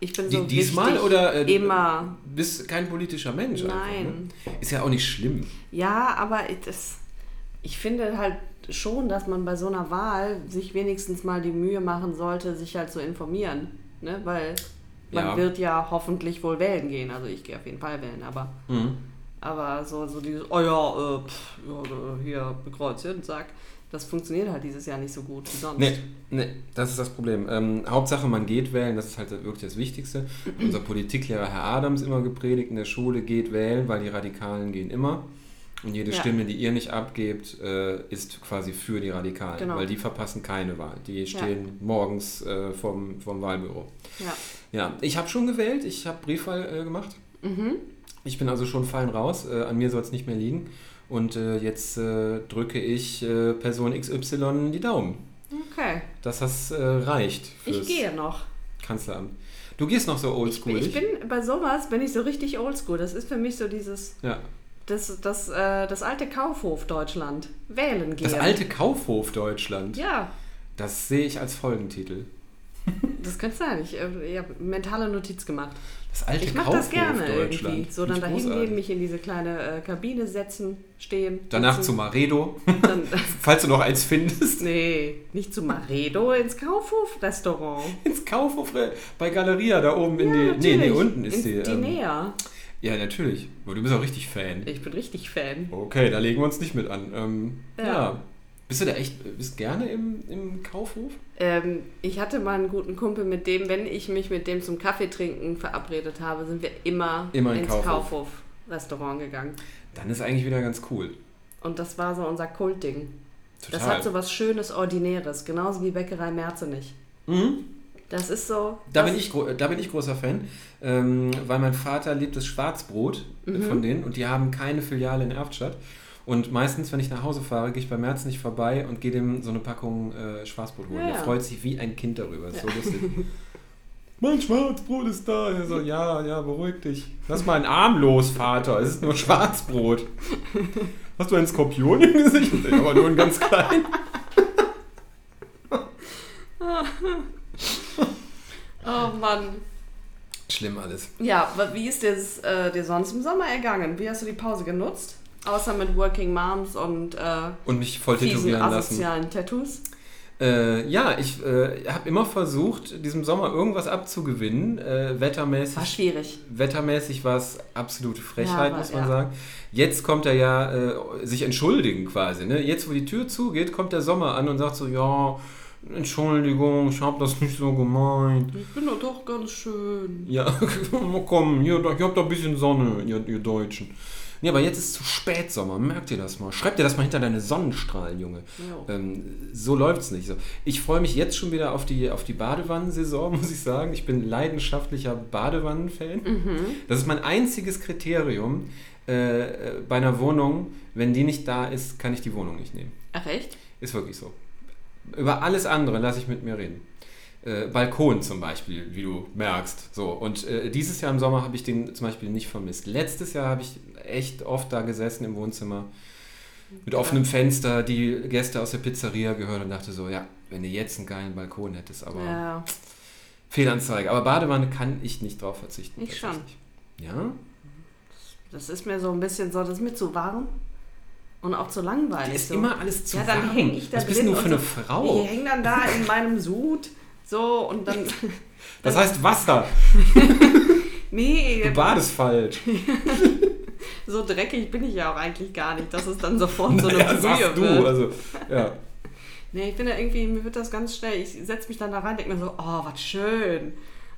Ich bin Die- so Mhm. diesmal richtig oder äh, immer. bist kein politischer Mensch einfach. Nein. Ne? Ist ja auch nicht schlimm. Ja, aber ich- das, ich finde halt schon, dass man bei so einer Wahl sich wenigstens mal die Mühe machen sollte, sich halt zu informieren. Ne? Weil man Ja. wird ja hoffentlich wohl wählen gehen. Also ich gehe auf jeden Fall wählen, aber. Mhm. Aber so, so dieses, oh ja, äh, pff, ja, äh, hier, Kreuzchen, zack. Das funktioniert halt dieses Jahr nicht so gut wie sonst. Nee, nee, das ist das Problem. Ähm, Hauptsache, man geht wählen, das ist halt wirklich das Wichtigste. Unser Politiklehrer Herr Adams immer gepredigt in der Schule, geht wählen, weil die Radikalen gehen immer. Und jede Ja. Stimme, die ihr nicht abgebt, äh, ist quasi für die Radikalen, Genau. weil die verpassen keine Wahl. Die stehen morgens äh, vom, vom Wahlbüro. Ja. Ja, ich habe schon gewählt, ich habe Briefwahl äh, gemacht. Mhm. Ich bin also schon fein raus, äh, an mir soll es nicht mehr liegen. Und äh, jetzt äh, drücke ich äh, Person XY die Daumen Okay, dass das äh, reicht. ich gehe noch. Kanzleramt. Du gehst noch so oldschool. Ich bin bei sowas, bin ich so richtig oldschool. Das ist für mich so dieses, ja. das, das, äh, das alte Kaufhof Deutschland. Wählen gehen. Das alte Kaufhof Deutschland. Ja, Das sehe ich als Folgentitel. das könnte sein. Ich, äh, ich habe mentale Notiz gemacht. Das alte Ich mache Kaufhof das gerne Deutschland. irgendwie. So Finde dann ich dahin großartig. gehen, mich in diese kleine äh, Kabine setzen, stehen. Danach zu sitzen, Maredo, Dann, falls du noch eins findest. nee, nicht zu Maredo, ins Kaufhof-Restaurant. Ins Kaufhof äh, bei Galeria da oben in die. Nee, Natürlich. nee, unten ist Ins die. ähm, Dinea. ja, natürlich. Aber du bist auch richtig Fan. Ich bin richtig Fan. Okay, da legen wir uns nicht mit an. Ähm, ja. Ja. Bist du da echt bist gerne im, im Kaufhof? Ähm, ich hatte mal einen guten Kumpel, mit dem, wenn ich mich mit dem zum Kaffee trinken verabredet habe, sind wir immer, Immer in ins Kaufhof. Kaufhof-Restaurant gegangen. Dann ist eigentlich wieder ganz cool. Und das war so unser Kultding. Total. Das hat so was Schönes, Ordinäres, genauso wie Bäckerei Merzenich. mhm. Das ist so. da, das, bin ich, gro- äh, da bin ich großer Fan, ähm, weil mein Vater liebt das Schwarzbrot äh, Mhm. von denen und die haben keine Filiale in Erftstadt. Und meistens, wenn ich nach Hause fahre, gehe ich bei Merz nicht vorbei und gehe dem so eine Packung äh, Schwarzbrot holen. Ja, Der ja. freut sich wie ein Kind darüber. Ist so lustig. mein Schwarzbrot ist da. Er so, ja, ja, beruhig dich. Lass mal einen Arm los, Vater. Es ist nur Schwarzbrot. Hast du einen Skorpion im Gesicht? Nee, Aber nur einen ganz kleinen. Oh Mann. Schlimm alles. Ja, aber wie ist dir das, äh, dir sonst im Sommer ergangen? Wie hast du die Pause genutzt? Außer mit Working Moms und äh, Und mich voll fiesen tätowieren lassen. asozialen Tattoos. Äh, ja, ich äh, habe immer versucht, diesem Sommer irgendwas abzugewinnen. Äh, War wettermäßig schwierig. wettermäßig war es absolute Ja, Frechheit, aber- muss man ja. sagen. Jetzt kommt er ja äh, sich entschuldigen quasi. Ne? Jetzt, wo die Tür zugeht, kommt der Sommer an und sagt so, ja, Entschuldigung, ich habe das nicht so gemeint. Ich bin doch ganz schön. Ja, komm, hier, ich habe da ein bisschen Sonne, ihr, ihr Deutschen. Ja, aber jetzt ist zu spät Sommer, merkt ihr das mal. Schreib dir das mal hinter deine Sonnenstrahlen, Junge. Jo. Ähm, so läuft's nicht. So. Ich freue mich jetzt schon wieder auf die, auf die Badewannensaison, muss ich sagen. Ich bin leidenschaftlicher Badewannenfan. Mhm. Das ist mein einziges Kriterium äh, äh, bei einer Wohnung. Wenn die nicht da ist, kann ich die Wohnung nicht nehmen. Ach echt? Ist wirklich so. Über alles andere lasse ich mit mir reden. Äh, Balkon zum Beispiel, wie du merkst. So. Und äh, dieses Jahr im Sommer habe ich den zum Beispiel nicht vermisst. Letztes Jahr habe ich echt oft da gesessen im Wohnzimmer mit offenem Fenster, die Gäste aus der Pizzeria gehört und dachte so, ja, wenn du jetzt einen geilen Balkon hättest, aber Ja. Fehlanzeige. Aber Badewanne kann ich nicht drauf verzichten. Ich schon. tatsächlich. Ja? Das ist mir so ein bisschen so, das ist mir zu warm und auch zu langweilig. Dir ist so. immer alles zu Ja, dann warm. häng ich da Was bist denn du drin für und eine so- Frau? Ich hänge dann da in meinem Sud so und dann. Das heißt Wasser. Nee, Du badest falsch. so dreckig bin ich ja auch eigentlich gar nicht, dass es dann sofort so eine Naja, Brühe sagst du. wird. Also, ja. Nee, ich bin da irgendwie, mir wird das ganz schnell, ich setze mich dann da rein, denke mir so, oh, was schön.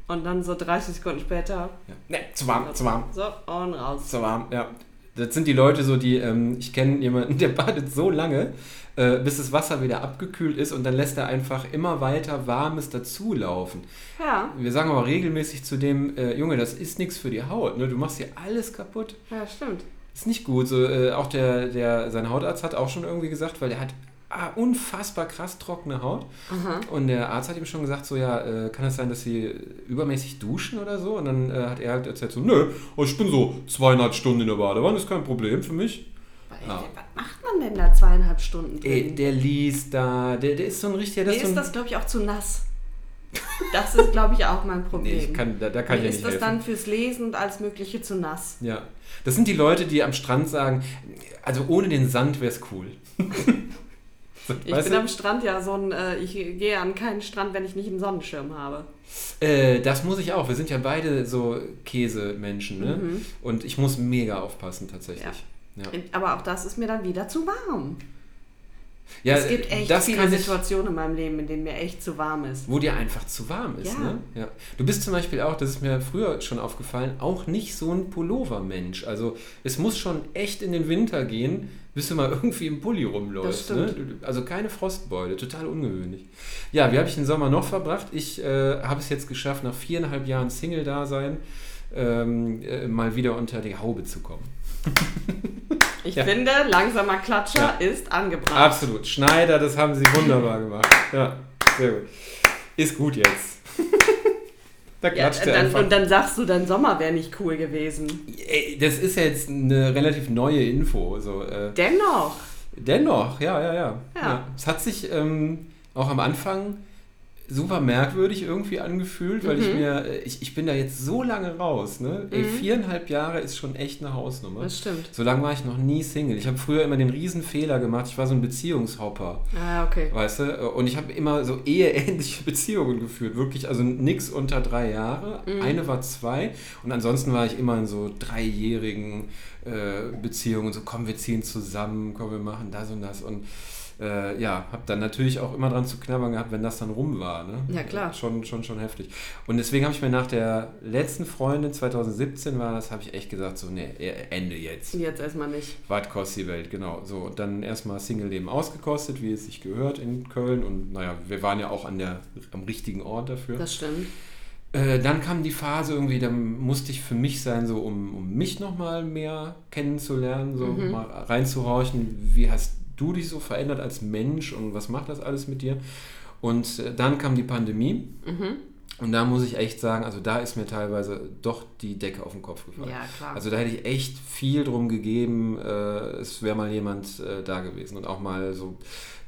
Und dann so 30 Sekunden später, ja. Ne, zu warm, zu warm, so, und raus. zu warm, ja. Das sind die Leute so, die, ähm, ich kenne jemanden, der badet so lange, äh, bis das Wasser wieder abgekühlt ist und dann lässt er einfach immer weiter Warmes dazulaufen. Ja, Wir sagen aber regelmäßig zu dem, äh, Junge, das ist nichts für die Haut, ne? du machst hier alles kaputt. ja, stimmt. Ist nicht gut. So, äh, auch der, der, sein Hautarzt hat auch schon irgendwie gesagt, weil der hat ah, unfassbar krass trockene Haut. Mhm. Und der Arzt hat ihm schon gesagt, so ja, äh, kann es sein, dass sie übermäßig duschen oder so? Und dann äh, hat er halt erzählt so, nö, ich bin so zweieinhalb Stunden in der Badewanne, ist kein Problem für mich. Aber Ja. ey, was macht man denn da zweieinhalb Stunden Ey, drin? der liest da, der, der ist so ein richtiger, der Mir so ein, ist das, glaube ich, auch zu nass. Das ist, glaube ich, auch mein nee, Problem. ich kann, da, da kann Mir ich ist nicht das helfen. dann fürs Lesen und alles Mögliche zu nass. Ja. Das sind die Leute, die am Strand sagen, also ohne den Sand wär's cool. Ich bin am Strand ja so ein, äh, ich gehe an keinen Strand, wenn ich nicht einen Sonnenschirm habe. Äh, das muss ich auch. Wir sind ja beide so Käsemenschen, ne? Mhm. Und ich muss mega aufpassen tatsächlich. Ja, Aber auch das ist mir dann wieder zu warm. Ja, es gibt echt das viele kann ich- Situationen in meinem Leben, in denen mir echt zu warm ist. wo dir einfach zu warm ist. Ja. Ne? Ja. Du bist zum Beispiel auch, das ist mir früher schon aufgefallen, auch nicht so ein Pullover-Mensch. Also es muss schon echt in den Winter gehen, bis du mal irgendwie im Pulli rumläufst. Das Ne? stimmt. Du- Also keine Frostbeule, total ungewöhnlich. Ja, wie habe ich den Sommer noch verbracht? Ich äh, habe es jetzt geschafft, nach viereinhalb Jahren Single-Dasein ähm, äh, mal wieder unter die Haube zu kommen. Ich Ja. finde, langsamer Klatscher ist angebracht. Absolut. Schneider, das haben sie wunderbar gemacht. Ja, sehr gut. Ist gut jetzt. Da Ja, klatscht er dann, einfach. und dann sagst du, dein Sommer wäre nicht cool gewesen. Ey, das ist ja jetzt eine relativ neue Info. So, äh, Dennoch. dennoch, ja, ja, ja. Ja. Es hat sich ähm, auch am Anfang super merkwürdig irgendwie angefühlt, weil Mhm. ich mir, äh, ich, ich bin da jetzt so lange raus. Ne? Ey, viereinhalb Jahre ist schon echt eine Hausnummer. Das stimmt. So lange war ich noch nie Single. Ich habe früher immer den riesen Fehler gemacht. Ich war so ein Beziehungshopper. Ah, okay. Weißt du? Und ich habe immer so eheähnliche Beziehungen geführt. Wirklich, also nix unter drei Jahre. Mhm. Eine war zwei. Und ansonsten war ich immer in so dreijährigen äh, Beziehungen. So, komm, wir ziehen zusammen, komm, wir machen das und das. Und äh, ja, habe dann natürlich auch immer dran zu knabbern gehabt, wenn das dann rum war. Ne? Ja, klar. Schon, schon, schon heftig. Und deswegen habe ich mir nach der letzten Freundin, 2017 war das, habe ich echt gesagt, so, nee, e-, Ende jetzt. Jetzt erstmal nicht. Was kostet die Welt, genau. So, und dann erstmal Single-Leben ausgekostet, wie es sich gehört in Köln. Und naja, wir waren ja auch an der, am richtigen Ort dafür. Das stimmt. Äh, dann kam die Phase irgendwie, dann musste ich für mich sein, so um, um mich nochmal mehr kennenzulernen, so Mhm. mal reinzuhorchen, wie hast du dich so verändert als Mensch und was macht das alles mit dir? Und äh, dann kam die Pandemie. Mhm. Und da muss ich echt sagen, also da ist mir teilweise doch die Decke auf den Kopf gefallen. Ja, klar. Also da hätte ich echt viel drum gegeben, äh, es wäre mal jemand äh, da gewesen und auch mal so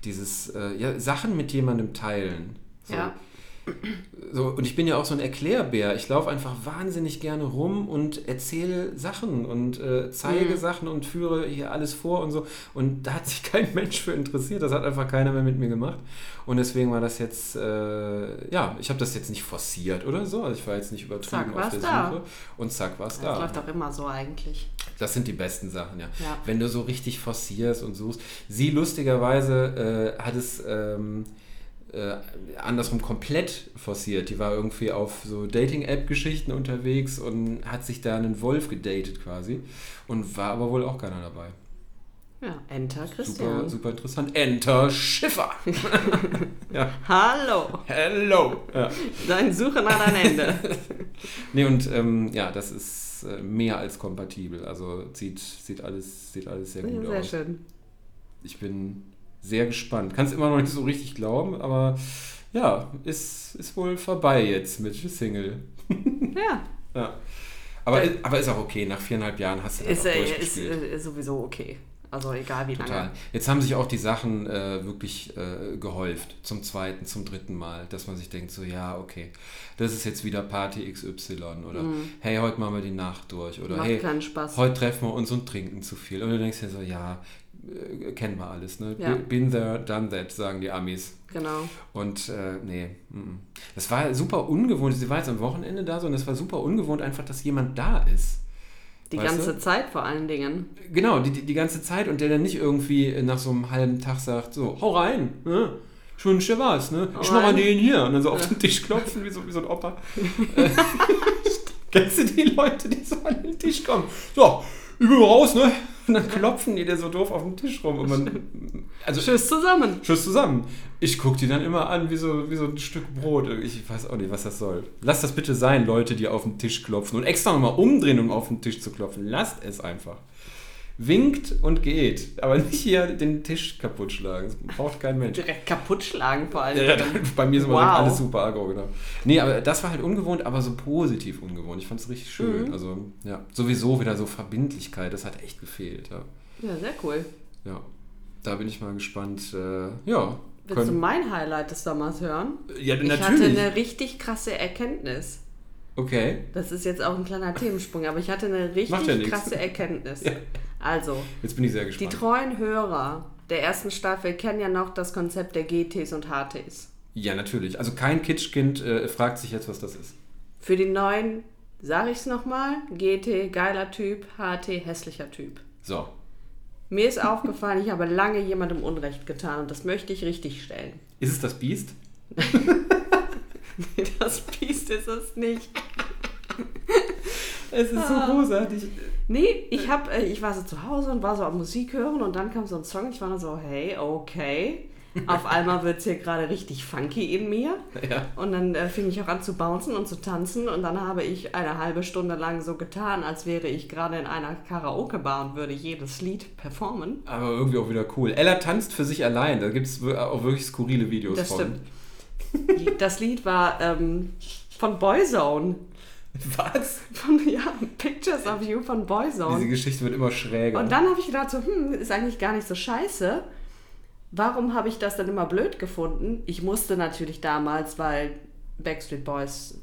dieses, äh, ja, Sachen mit jemandem teilen. So, Ja. so, und ich bin ja auch so ein Erklärbär. Ich laufe einfach wahnsinnig gerne rum und erzähle Sachen und äh, zeige Mhm. Sachen und führe hier alles vor und so. Und da hat sich kein Mensch für interessiert. Das hat einfach keiner mehr mit mir gemacht. Und deswegen war das jetzt, äh, ja, ich habe das jetzt nicht forciert oder so. Also ich war jetzt nicht übertrieben Zack, auf war's der da. Suche. Und zack, war es Das da. läuft auch immer so eigentlich. Das sind die besten Sachen, ja. Ja. Wenn du so richtig forcierst und suchst. Sie lustigerweise äh, hat es ähm, äh, andersrum komplett forciert. Die war irgendwie auf so Dating-App-Geschichten unterwegs und hat sich da einen Wolf gedatet quasi. Und war aber wohl auch keiner dabei. Ja, Enter Christian. Super, super interessant. Enter Schiffer. Hallo. Hello. Ja. Dein Suche nach dein Ende. Nee, und ähm, ja, das ist äh, mehr als kompatibel. Also sieht, sieht, alles, sieht alles sehr gut Sehr aus. schön. ich bin sehr gespannt. Kann es immer noch nicht so richtig glauben, aber ja, ist, ist wohl vorbei jetzt mit Single. Ja. Ja. Aber, ist- aber ist auch okay, nach viereinhalb Jahren hast du das Ist, auch äh, ist, durchgespielt. äh, ist sowieso okay. Also egal wie Total. lange. Jetzt haben sich auch die Sachen äh, wirklich äh, gehäuft. Zum zweiten, zum dritten Mal, dass man sich denkt, so ja, okay, das ist jetzt wieder Party XY oder hey, heute machen wir die Nacht durch oder Mhm. Macht hey, keinen Spaß. heute treffen wir uns und trinken zu viel. Und du denkst dir so, ja, äh, kennen wir alles, ne? Ja. Been there, done that, sagen die Amis. Genau. Und äh, nee, mm-mm. das war super ungewohnt. Sie war jetzt am Wochenende da so und es war super ungewohnt einfach, dass jemand da ist. Die Weißt ganze du? Zeit vor allen Dingen. Genau, die, die, die ganze Zeit und der dann nicht irgendwie äh, nach so einem halben Tag sagt, so, hau rein, ne? Schon schön war's, ne? Ich Hau mach mal rein. den hier. Und dann so auf den Tisch klopfen, wie so, wie so ein Opa. Äh, Kennst du die Leute, die so an den Tisch kommen? So, Übung raus, ne? Und dann klopfen die dir so doof auf den Tisch rum. Und man, also Tschüss zusammen. Tschüss zusammen. Ich gucke die dann immer an wie so, wie so ein Stück Brot. Ich weiß auch nicht, was das soll. Lasst das bitte sein, Leute, die auf den Tisch klopfen. Und extra nochmal umdrehen, um auf den Tisch zu klopfen. Lasst es einfach. Winkt und geht. Aber nicht hier den Tisch kaputt schlagen. Das braucht kein Mensch. Direkt kaputt schlagen vor allen Ja, Dingen. Bei mir ist immer Wow. alles super aggro, genau. Nee, aber das war halt ungewohnt, aber so positiv ungewohnt. Ich fand es richtig Mhm. schön. Also, ja, sowieso wieder so Verbindlichkeit. Das hat echt gefehlt. Ja, Ja, sehr cool. ja. da bin ich mal gespannt. Äh, ja. Willst du mein Highlight des Sommers hören? ja, Ich hatte eine richtig krasse Erkenntnis. Okay. Das ist jetzt auch ein kleiner Themensprung, aber ich hatte eine richtig Macht ja nichts. krasse Erkenntnis. Ja. Also, Jetzt bin ich sehr die gespannt. treuen Hörer der ersten Staffel kennen ja noch das Konzept der GTs und HTs. ja, natürlich. Also kein Kitschkind äh, fragt sich jetzt, was das ist. Für den neuen, sag ich's nochmal, GT geiler Typ, HT hässlicher Typ. So. Mir ist aufgefallen, ich habe lange jemandem Unrecht getan und das möchte ich richtig stellen. Ist es das Biest? Das Biest ist es nicht. Es ist Ah. so großartig. Nee, ich hab, äh, ich war so zu Hause und war so am Musik hören und dann kam so ein Song. Ich war nur so, hey, okay. Auf einmal wird's hier gerade richtig funky in mir. Ja. Und dann äh, fing ich auch an zu bouncen und zu tanzen und dann habe ich eine halbe Stunde lang so getan, als wäre ich gerade in einer Karaoke-Bar und würde jedes Lied performen. Aber irgendwie auch wieder cool. Ella tanzt für sich allein. Da gibt es auch wirklich skurrile Videos Das von. stimmt. Das Lied war ähm, Von Boyzone. Was? Von, ja, Pictures of You von Diese Boyzone. Geschichte wird immer schräger. Und dann habe ich gedacht, so, hm, ist eigentlich gar nicht so scheiße. Warum habe ich das dann immer blöd gefunden? Ich musste natürlich damals, weil Backstreet Boys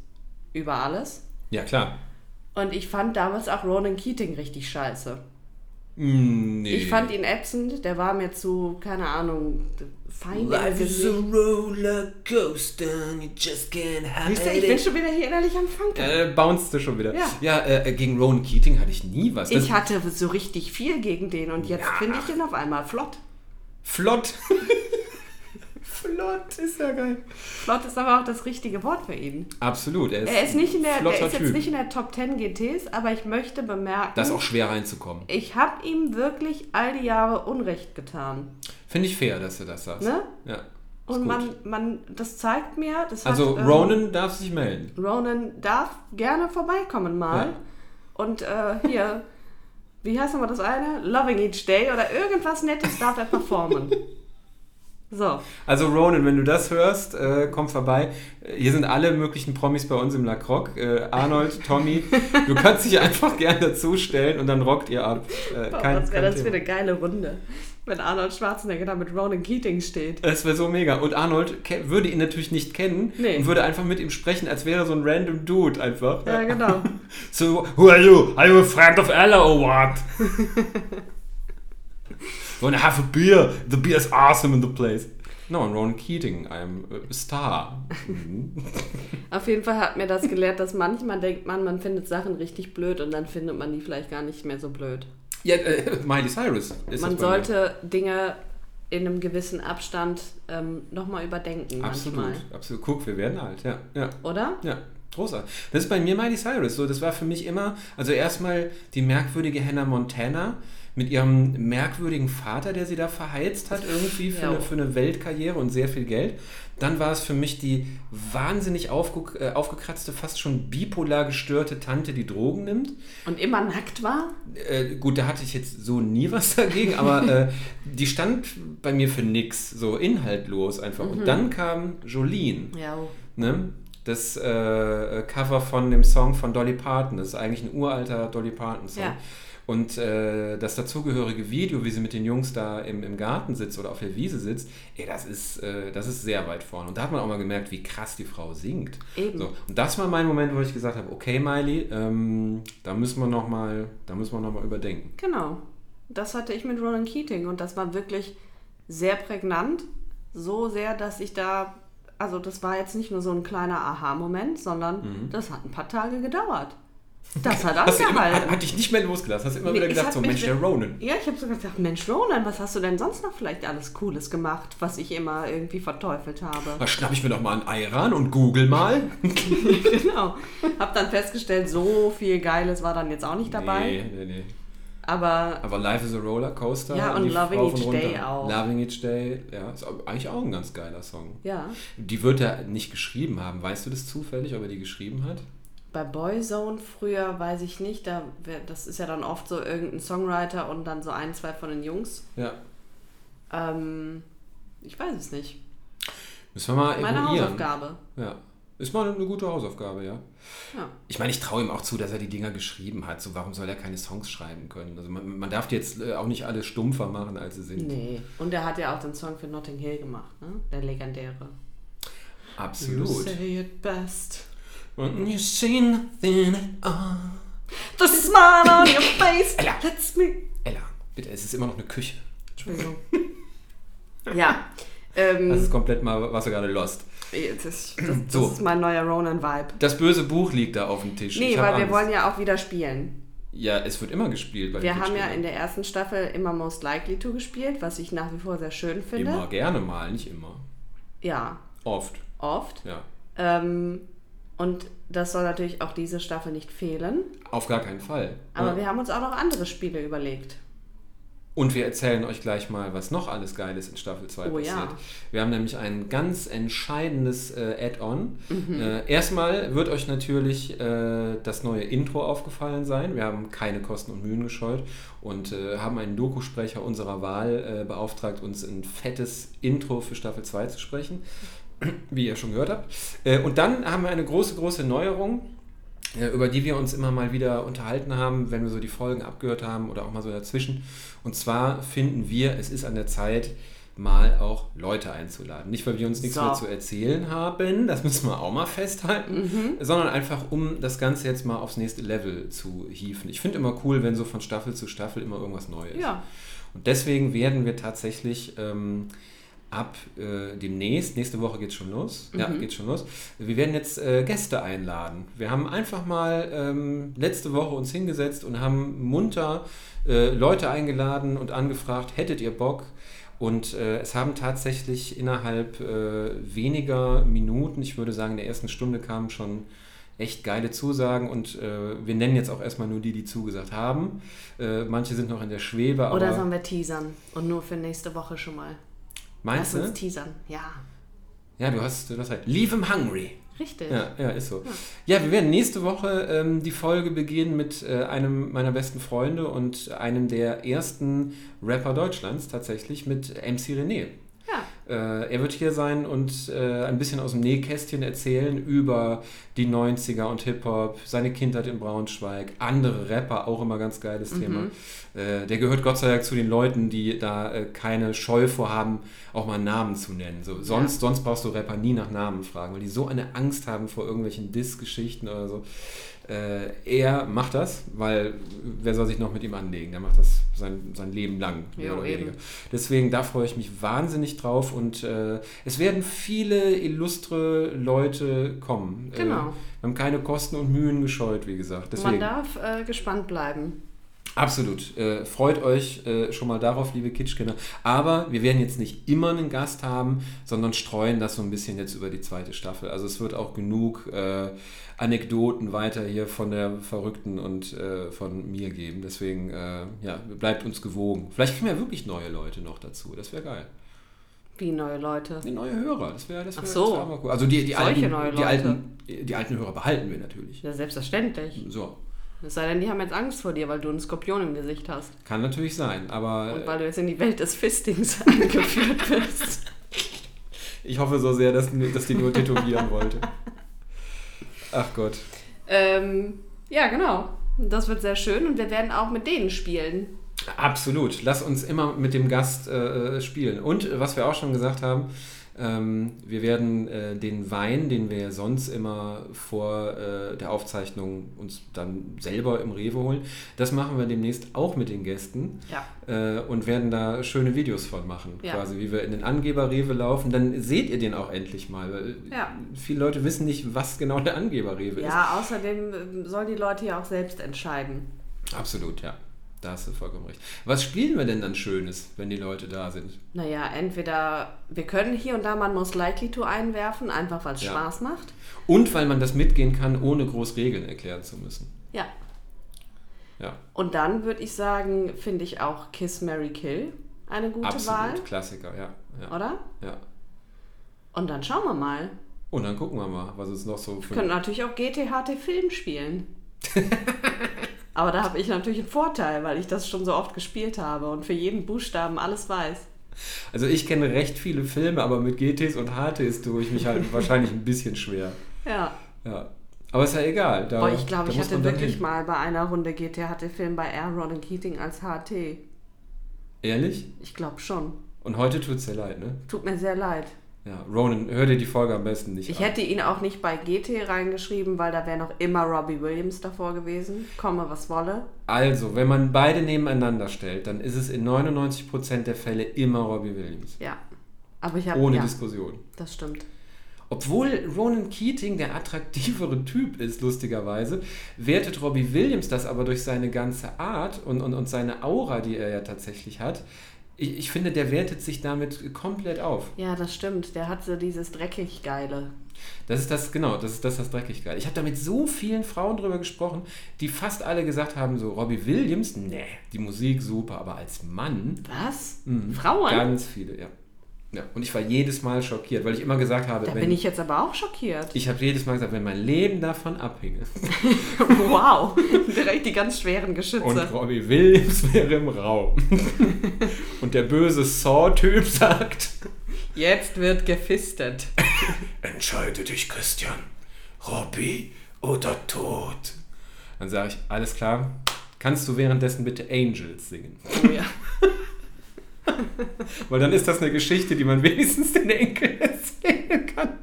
über alles. ja, klar. Und ich fand damals auch Ronan Keating richtig scheiße. Mm, nee. Ich fand ihn ätzend, der war mir zu, keine Ahnung, fein. im Life is a Gesicht. roller coaster, and you just can't hide Siehst du, ich bin schon wieder hier innerlich am Funken. Äh, bounced schon wieder. Ja. äh, gegen Rowan Keating hatte ich nie was. Das ich hatte so richtig viel gegen den und jetzt finde ich ihn auf einmal flott. Flott. Flott ist ja geil. Flott ist aber auch das richtige Wort für ihn. Absolut. Er ist, Er ist, nicht in ein der, er flotter ist jetzt Typ. nicht in der Top 10 GTs, aber ich möchte bemerken, das ist auch schwer reinzukommen. ich habe ihm wirklich all die Jahre Unrecht getan. Finde ich fair, dass du das sagst. Ne? Ja. Ist Und gut. man, man, das zeigt mir, das also hat, ähm, Ronan darf sich melden. Ronan darf gerne vorbeikommen mal. Ja. Und äh, hier, wie heißt nochmal das eine? Loving Each Day oder irgendwas Nettes darf er performen. So, Also Ronan, wenn du das hörst, äh, komm vorbei. Äh, Hier sind alle möglichen Promis bei uns im La Croc. Äh, Arnold, Tommy, du kannst dich einfach gerne dazustellen und dann rockt ihr ab. Äh, Boah, kein, was kein wäre das für Thema. eine geile Runde, wenn Arnold Schwarzenegger da mit Ronan Keating steht. Das wäre so mega. Und Arnold ke- würde ihn natürlich nicht kennen Nee. und würde einfach mit ihm sprechen, als wäre er so ein random Dude einfach. Ja, genau. So, who are you? Are you a friend of Ella or what? Wanna have a beer? The beer is awesome in the place. No, I'm Ron Keating. I'm a star. Auf jeden Fall hat mir das gelehrt, dass manchmal denkt man, man findet Sachen richtig blöd und dann findet man die vielleicht gar nicht mehr so blöd. Ja, äh, Miley Cyrus ist man das bei mir. sollte Dinge in einem gewissen Abstand ähm, nochmal überdenken Absolut, manchmal. absolut. Guck, wir werden alt, ja. Ja, Oder? ja. Großartig. Das ist bei mir Miley Cyrus. So, das war für mich immer, also erstmal die merkwürdige Hannah Montana mit ihrem merkwürdigen Vater, der sie da verheizt hat, irgendwie für, Ja. eine, für eine Weltkarriere und sehr viel Geld. Dann war es für mich die wahnsinnig aufge, äh, aufgekratzte, fast schon bipolar gestörte Tante, die Drogen nimmt. Und immer nackt war? äh, gut, da hatte ich jetzt so nie was dagegen, aber äh, die stand bei mir für nix, so inhaltlos einfach. Und dann kam Jolene, Ja. oh. ne? das äh, Cover von dem Song von Dolly Parton, das ist eigentlich ein uralter Dolly Parton-Song. Ja. Und äh, das dazugehörige Video, wie sie mit den Jungs da im, im Garten sitzt oder auf der Wiese sitzt, ey, das ist, äh, das ist sehr weit vorne. Und da hat man auch mal gemerkt, wie krass die Frau singt. Eben. So, und das war mein Moment, wo ich gesagt habe, okay, Miley, ähm, da müssen wir nochmal noch mal überdenken. Genau. Das hatte ich mit Ronan Keating und das war wirklich sehr prägnant. So sehr, dass ich da, also das war jetzt nicht nur so ein kleiner Aha-Moment, sondern das hat ein paar Tage gedauert. Das hat Hast du immer, hat, angehalten. hat dich nicht mehr losgelassen, hast immer Nee, wieder ich gedacht, hab so mich Mensch, der mit- Ronan. Ja, ich habe sogar gedacht, Mensch Ronan, was hast du denn sonst noch vielleicht alles Cooles gemacht, was ich immer irgendwie verteufelt habe? Da schnapp ich mir doch mal einen Ei ran und google mal. genau. Hab dann festgestellt, so viel Geiles war dann jetzt auch nicht dabei. Nee, nee, nee. Aber Aber Life is a Roller Coaster. Ja, und die Loving Frau von Each Day auch. Loving Each Day, ja, ist au- eigentlich auch ein ganz geiler Song. ja, Die wird er nicht geschrieben haben. Weißt du das zufällig, ob er die geschrieben hat? Bei Boyzone früher weiß ich nicht, da wär, das ist ja dann oft so irgendein Songwriter und dann so ein, zwei von den Jungs. Ja. Ähm, ich weiß es nicht. Müssen wir mal Meine eruieren. Hausaufgabe. Ja. Ist mal eine gute Hausaufgabe, ja. Ja. Ich meine, ich traue ihm auch zu, dass er die Dinger geschrieben hat. So, warum soll er keine Songs schreiben können? Also man, man darf die jetzt äh, auch nicht alle stumpfer machen, als sie sind. Nee. Und er hat ja auch den Song für Notting Hill gemacht, ne? Der legendäre. Absolut. Say it best. Und you see nothing at all. The smile on your face. Ella. Let's me. Ella, bitte, es ist immer noch eine Küche. Entschuldigung. ja. Ähm, Das ist komplett mal, was du gerade lost. das, ist- das, das Also, So. ist mein neuer Ronan-Vibe. Das böse Buch liegt da auf dem Tisch. Nee, Ich hab weil wir Angst. wollen ja auch wieder spielen. Ja, es wird immer gespielt bei Wir den haben ja Glücksspielen. in der ersten Staffel immer Most Likely To gespielt, was ich nach wie vor sehr schön finde. Immer, gerne mal, nicht immer. Ja, Oft, oft. ja. Ähm, und das soll natürlich auch diese Staffel nicht fehlen. Auf gar keinen Fall. Aber ja. wir haben uns auch noch andere Spiele überlegt. Und wir erzählen euch gleich mal, was noch alles Geiles in Staffel 2 Oh passiert. ja. Wir haben nämlich ein ganz entscheidendes äh, Add-on. Mhm. Äh, erstmal wird euch natürlich äh, das neue Intro aufgefallen sein. Wir haben keine Kosten und Mühen gescheut und äh, haben einen Dokusprecher unserer Wahl äh, beauftragt, uns ein fettes Intro für Staffel 2 zu sprechen. wie ihr schon gehört habt. Äh, Und dann haben wir eine große, große Neuerung, äh, über die wir uns immer mal wieder unterhalten haben, wenn wir so die Folgen abgehört haben oder auch mal so dazwischen. Und zwar finden wir, es ist an der Zeit, mal auch Leute einzuladen. Nicht, weil wir uns nichts So. mehr zu erzählen haben, das müssen wir auch mal Mhm. festhalten, sondern einfach, um das Ganze jetzt mal aufs nächste Level zu hieven. Ich finde immer cool, wenn so von Staffel zu Staffel immer irgendwas Neues. Ja. Und deswegen werden wir tatsächlich ähm, ab äh, demnächst, nächste Woche geht schon los. Ja, geht schon los. Wir werden jetzt äh, Gäste einladen. Wir haben einfach mal ähm, letzte Woche uns hingesetzt und haben munter äh, Leute eingeladen und angefragt, hättet ihr Bock? Und äh, es haben tatsächlich innerhalb äh, weniger Minuten, ich würde sagen, in der ersten Stunde kamen schon echt geile Zusagen und äh, wir nennen jetzt auch erstmal nur die, die zugesagt haben. Äh, manche sind noch in der Schwebe, aber Oder sollen wir teasern? Und nur für nächste Woche schon mal. Lass meinst uns du? teasern. Ja. Ja, du hast, du hast halt. Leave him hungry. Richtig. Ja, ja, ist so. Ja, wir werden nächste Woche ähm, die Folge begehen mit äh, einem meiner besten Freunde und einem der ersten Rapper Deutschlands tatsächlich mit MC René. Ja. Äh, er wird hier sein und äh, ein bisschen aus dem Nähkästchen erzählen über die 90er und Hip-Hop, seine Kindheit in Braunschweig, andere Rapper, auch immer ganz geiles Thema. Äh, der gehört Gott sei Dank zu den Leuten, die da äh, keine Scheu vorhaben, auch mal Namen zu nennen. So, sonst, sonst brauchst du Rapper nie nach Namen fragen, weil die so eine Angst haben vor irgendwelchen Diss-Geschichten oder so. Äh, er macht das, weil wer soll sich noch mit ihm anlegen? Der macht das sein, sein Leben lang, mehr Jo, oder eben. weniger. Deswegen, da freue ich mich wahnsinnig drauf und äh, es werden viele illustre Leute kommen. Genau. Äh, wir haben keine Kosten und Mühen gescheut, wie gesagt. Man Deswegen, darf äh, gespannt bleiben. absolut. Äh, freut euch äh, schon mal darauf, liebe Kitschkinder. Aber wir werden jetzt nicht immer einen Gast haben, sondern streuen das so ein bisschen jetzt über die zweite Staffel. Also es wird auch genug äh, Anekdoten weiter hier von der Verrückten und äh, von mir geben. Deswegen, äh, ja, bleibt uns gewogen. Vielleicht kriegen wir ja wirklich neue Leute noch dazu. Das wäre geil. Wie neue Leute. Nee, neue Hörer, das wäre das wär, Ach so. das wär mal cool. Also die, die, Solche alten, neue die, Leute. alten, die alten Hörer behalten wir natürlich. Ja, selbstverständlich. So, Es sei denn, die haben jetzt Angst vor dir, weil du einen Skorpion im Gesicht hast. kann natürlich sein, Und aber äh, weil du jetzt in die Welt des Fistings eingeführt bist. ich hoffe so sehr, dass, dass die nur tätowieren wollte. Ach Gott. ähm, ja, genau. Das wird sehr schön und wir werden auch mit denen spielen. Absolut. Lass uns immer mit dem Gast äh, spielen. Und äh, was wir auch schon gesagt haben, ähm, wir werden äh, den Wein, den wir sonst immer vor äh, der Aufzeichnung uns dann selber im Rewe holen, das machen wir demnächst auch mit den Gästen. Ja. äh, und werden da schöne Videos von machen, Ja. quasi wie wir in den Angeberrewe laufen, dann seht ihr den auch endlich mal. Weil Ja. Viele Leute wissen nicht, was genau der Angeberrewe Ja, außerdem ähm, sollen die Leute ja auch selbst entscheiden. ist. Absolut, ja. Da hast du vollkommen recht. Was spielen wir denn dann Schönes, wenn die Leute da sind? Naja, entweder wir können hier und da mal ein Most Likely To einwerfen, einfach weil es Ja. Spaß macht. Und weil man das mitgehen kann, ohne groß Regeln erklären zu müssen. Ja. Ja, Und dann würde ich sagen, finde ich auch Kiss, Mary, Kill eine gute absolut. Wahl, Klassiker, ja. ja, oder? ja. Und dann schauen wir mal. Und dann gucken wir mal, was es noch so für. Wir können natürlich auch GTHT Film spielen. Aber da habe ich natürlich einen Vorteil, weil ich das schon so oft gespielt habe und für jeden Buchstaben alles weiß. Also, ich kenne recht viele Filme, aber mit GTs und HTs tue ich mich halt wahrscheinlich ein bisschen schwer. Ja. Ja. Aber ist ja egal. Da, Boah, ich Äh, glaube, da ich muss hatte man dann wirklich hin. mal bei einer Runde GTHT Film bei R. Ronan Keating als HT. Ehrlich? Ich glaube schon. Und heute tut's dir leid, ne? Tut mir sehr leid. Ja, Ronan, hör dir die Folge am besten nicht Ich an. hätte ihn auch nicht bei GT reingeschrieben, weil da wäre noch immer Robbie Williams davor gewesen. Komme, was wolle. Also, wenn man beide nebeneinander stellt, dann ist es in 99% der Fälle immer Robbie Williams. Ja. Aber ich habe. Ohne ja, Diskussion. das stimmt. Obwohl Ronan Keating der attraktivere Typ ist, lustigerweise, wertet Robbie Williams das aber durch seine ganze Art und, und, und seine Aura, die er ja tatsächlich hat. Ich, ich finde, der wertet sich damit komplett auf. Ja, das stimmt. Der hat so dieses dreckig Geile. Das ist das, genau, das ist das, das dreckig geil. Ich habe da mit so vielen Frauen drüber gesprochen, die fast alle gesagt haben, so Robbie Williams, nee, die Musik super, aber als Mann, Was? Mhm. Frauen? ganz viele, ja. ja. Und ich war jedes Mal schockiert, weil ich immer gesagt habe, da wenn, bin ich jetzt aber auch schockiert. ich habe jedes Mal gesagt, wenn mein Leben davon abhinge wow. Direkt die ganz schweren und Geschütze. Robbie Williams wäre im Raum und der böse Saw-Typ sagt, Jetzt wird gefistet. Entscheide dich, Christian. Robby oder Tod? Dann sage ich, alles klar. Kannst du währenddessen bitte Angels singen? Oh ja. Weil dann ist das eine Geschichte, die man wenigstens den Enkel erzählen kann.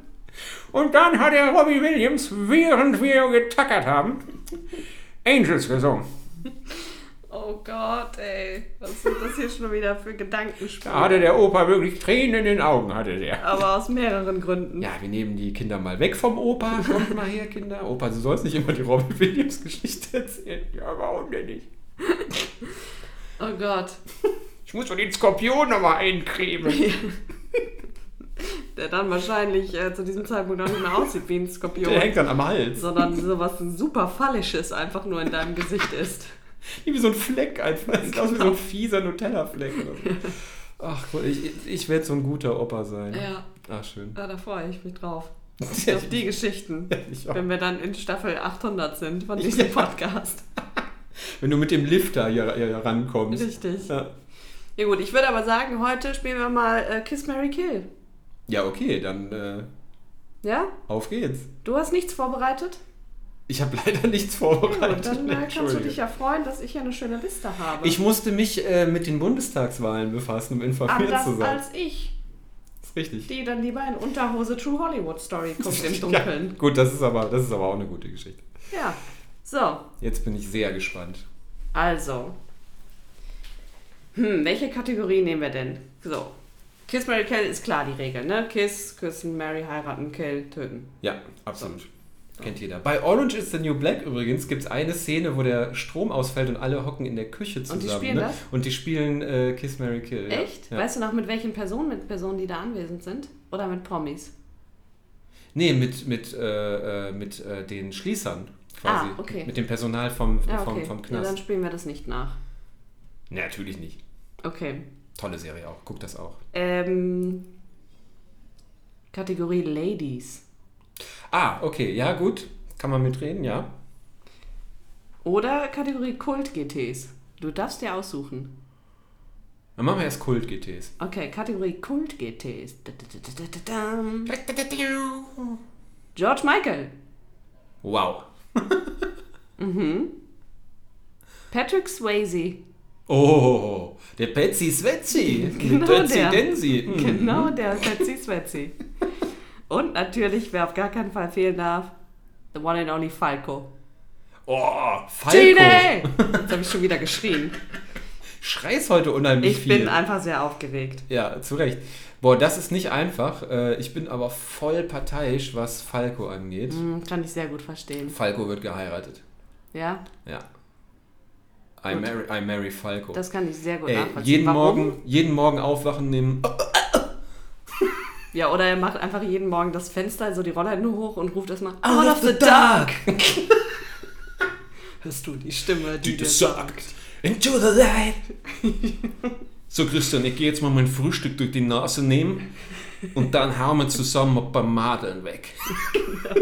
Und dann hat er Robbie Williams, während wir getackert haben, Angels gesungen. Oh Gott, ey. Was sind das hier schon wieder für Gedankenspiele? Da hatte der Opa wirklich Tränen in den Augen, hatte der. Aber aus mehreren Gründen. Ja, wir nehmen die Kinder mal weg vom Opa. Kommt mal her, Kinder. Opa, du sollst nicht immer die Robbie Williams-Geschichte erzählen. Ja, warum denn nicht? Oh Gott. Ich muss doch den Skorpion nochmal eincremen. Der dann wahrscheinlich äh, zu diesem Zeitpunkt noch nicht mehr aussieht wie ein Skorpion. Der hängt dann am Hals. sondern sowas super Phallisches einfach nur in deinem Gesicht ist. Wie so ein Fleck einfach. Das sieht aus wie Genau. so ein fieser Nutella-Fleck. oder so. Ach Gott, ich, ich werde so ein guter Opa sein. Ja. Ach, schön. Ah, da freue ich mich drauf. Auf die Geschichten. Ich auch. Wenn wir dann in Staffel 800 sind von diesem Podcast. Wenn du mit dem Lifter hier, hier rankommst. Richtig. Ja. Ja gut, ich würde aber sagen, heute spielen wir mal äh, Kiss, Mary Kill. ja, okay, dann äh, Ja? auf geht's. Du hast nichts vorbereitet? Ich habe leider nichts Gut, vorbereitet. dann äh, kannst du Entschuldige. dich ja freuen, dass ich ja eine schöne Liste habe. Ich musste mich äh, mit den Bundestagswahlen befassen, um informiert Anders zu sein. Ah, als ich, ist richtig. die dann lieber in Unterhose True Hollywood Story guckt im Ja, Dunkeln. gut, das ist, aber, das ist aber auch eine gute Geschichte. ja. So, Jetzt bin ich sehr gespannt. Also. Hm, welche Kategorie nehmen wir denn? So. Kiss, Mary, Kill ist klar die Regel, ne? Kiss, küssen, Mary, heiraten, Kill, töten. Ja, absolut. Kennt jeder. Bei Orange is the New Black übrigens gibt es eine Szene, wo der Strom ausfällt und alle hocken in der Küche zusammen. spielen ne? das? Und die spielen äh, Kiss Mary Kill. ja. Echt? Ja. Weißt du noch, mit welchen Personen? Mit Personen, die da anwesend sind? Oder mit Promis? Nee, mit, mit, äh, äh, mit äh, den Schließern quasi. Ah, okay. Mit dem Personal vom, Ja, vom, okay. vom ja, dann Knast. spielen wir das nicht nach. Nee, natürlich nicht. Okay. Tolle Serie auch. Guck das auch. Ähm, Kategorie Ladies. Ah, okay. Ja, gut. Kann man mitreden, ja. Oder Kategorie Kult-GTs. Du darfst dir aussuchen. Dann machen wir erst Kult-GTs. Okay, Kategorie Kult-GTs. Da, da, da, da, da, da, dam. George Michael. Wow. Patrick Swayze. Oh, der Betsy Swetzi. Genau Betsy der. Densi. Hm. Genau, der Fetzi Swetzi. Und natürlich, wer auf gar keinen Fall fehlen darf, the one and only Falco. Oh, Falco. Gene! Jetzt habe ich schon wieder geschrien. Schreis heute unheimlich Ich viel. bin einfach sehr aufgeregt. ja, zu Recht. Boah, das ist nicht einfach. Äh, Ich bin aber voll parteiisch, was Falco angeht. Hm, Kann ich sehr gut verstehen. Falco wird geheiratet. Ja, Ja. I marry, I marry Falco. das kann ich sehr gut Ey, nachvollziehen. jeden Warum? Morgen, jeden Morgen aufwachen nehmen. Ja, oder er macht einfach jeden Morgen das Fenster, also die Rollläden hoch und ruft erstmal Ah, Out of the dark! Hörst du die Stimme, die, dir sagt. Into the light. So, Christian, ich gehe jetzt mal mein Frühstück durch die Nase nehmen und dann hauen wir zusammen ein paar Madeln weg. Genau.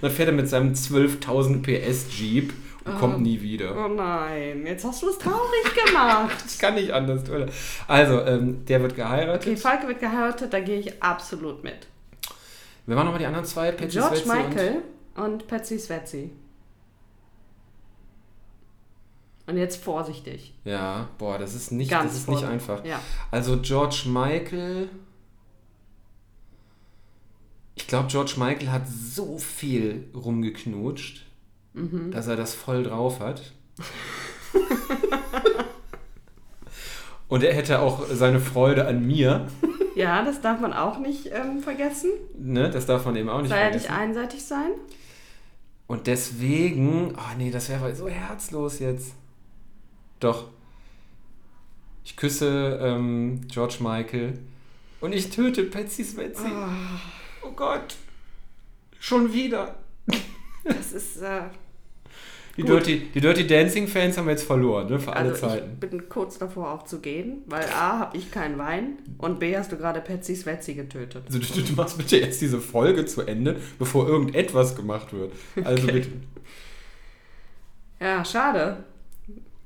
Dann fährt er mit seinem 12.000 PS Jeep und kommt nie wieder. Oh nein, jetzt hast du es traurig gemacht. Das kann nicht anders, oder? Also, ähm, der wird Okay, geheiratet. Falco wird geheiratet, da gehe ich absolut mit. Wer waren nochmal die anderen zwei? Patsy George Swayze Michael und, Patsy Swetzi. Und jetzt vorsichtig. Und, ja, boah, das ist nicht, Ganz das ist nicht vorsichtig, einfach. ja. Also, George Michael. Ich glaube, George Michael hat so viel rumgeknutscht, Mhm. dass er das voll drauf hat. Und er hätte auch seine Freude an mir. Ja, das darf man auch nicht ähm, vergessen. Ne, das darf man eben auch nicht Soll ja nicht vergessen. einseitig sein. Und deswegen, oh nee, das wäre so herzlos jetzt. Doch. Ich küsse ähm, George Michael und ich töte Patsy Smetzi. Oh. Gott. Schon wieder. Das ist. Äh, Die Gut. Dirty, die Dirty Dancing Fans haben jetzt verloren, ne? Für alle also ich Zeiten. bin kurz davor auch zu gehen, weil A, habe ich keinen Wein und B, hast du gerade Patsy Swetzi getötet. Also du, du machst bitte jetzt diese Folge zu Ende, bevor irgendetwas gemacht wird. Also bitte. Ja, schade.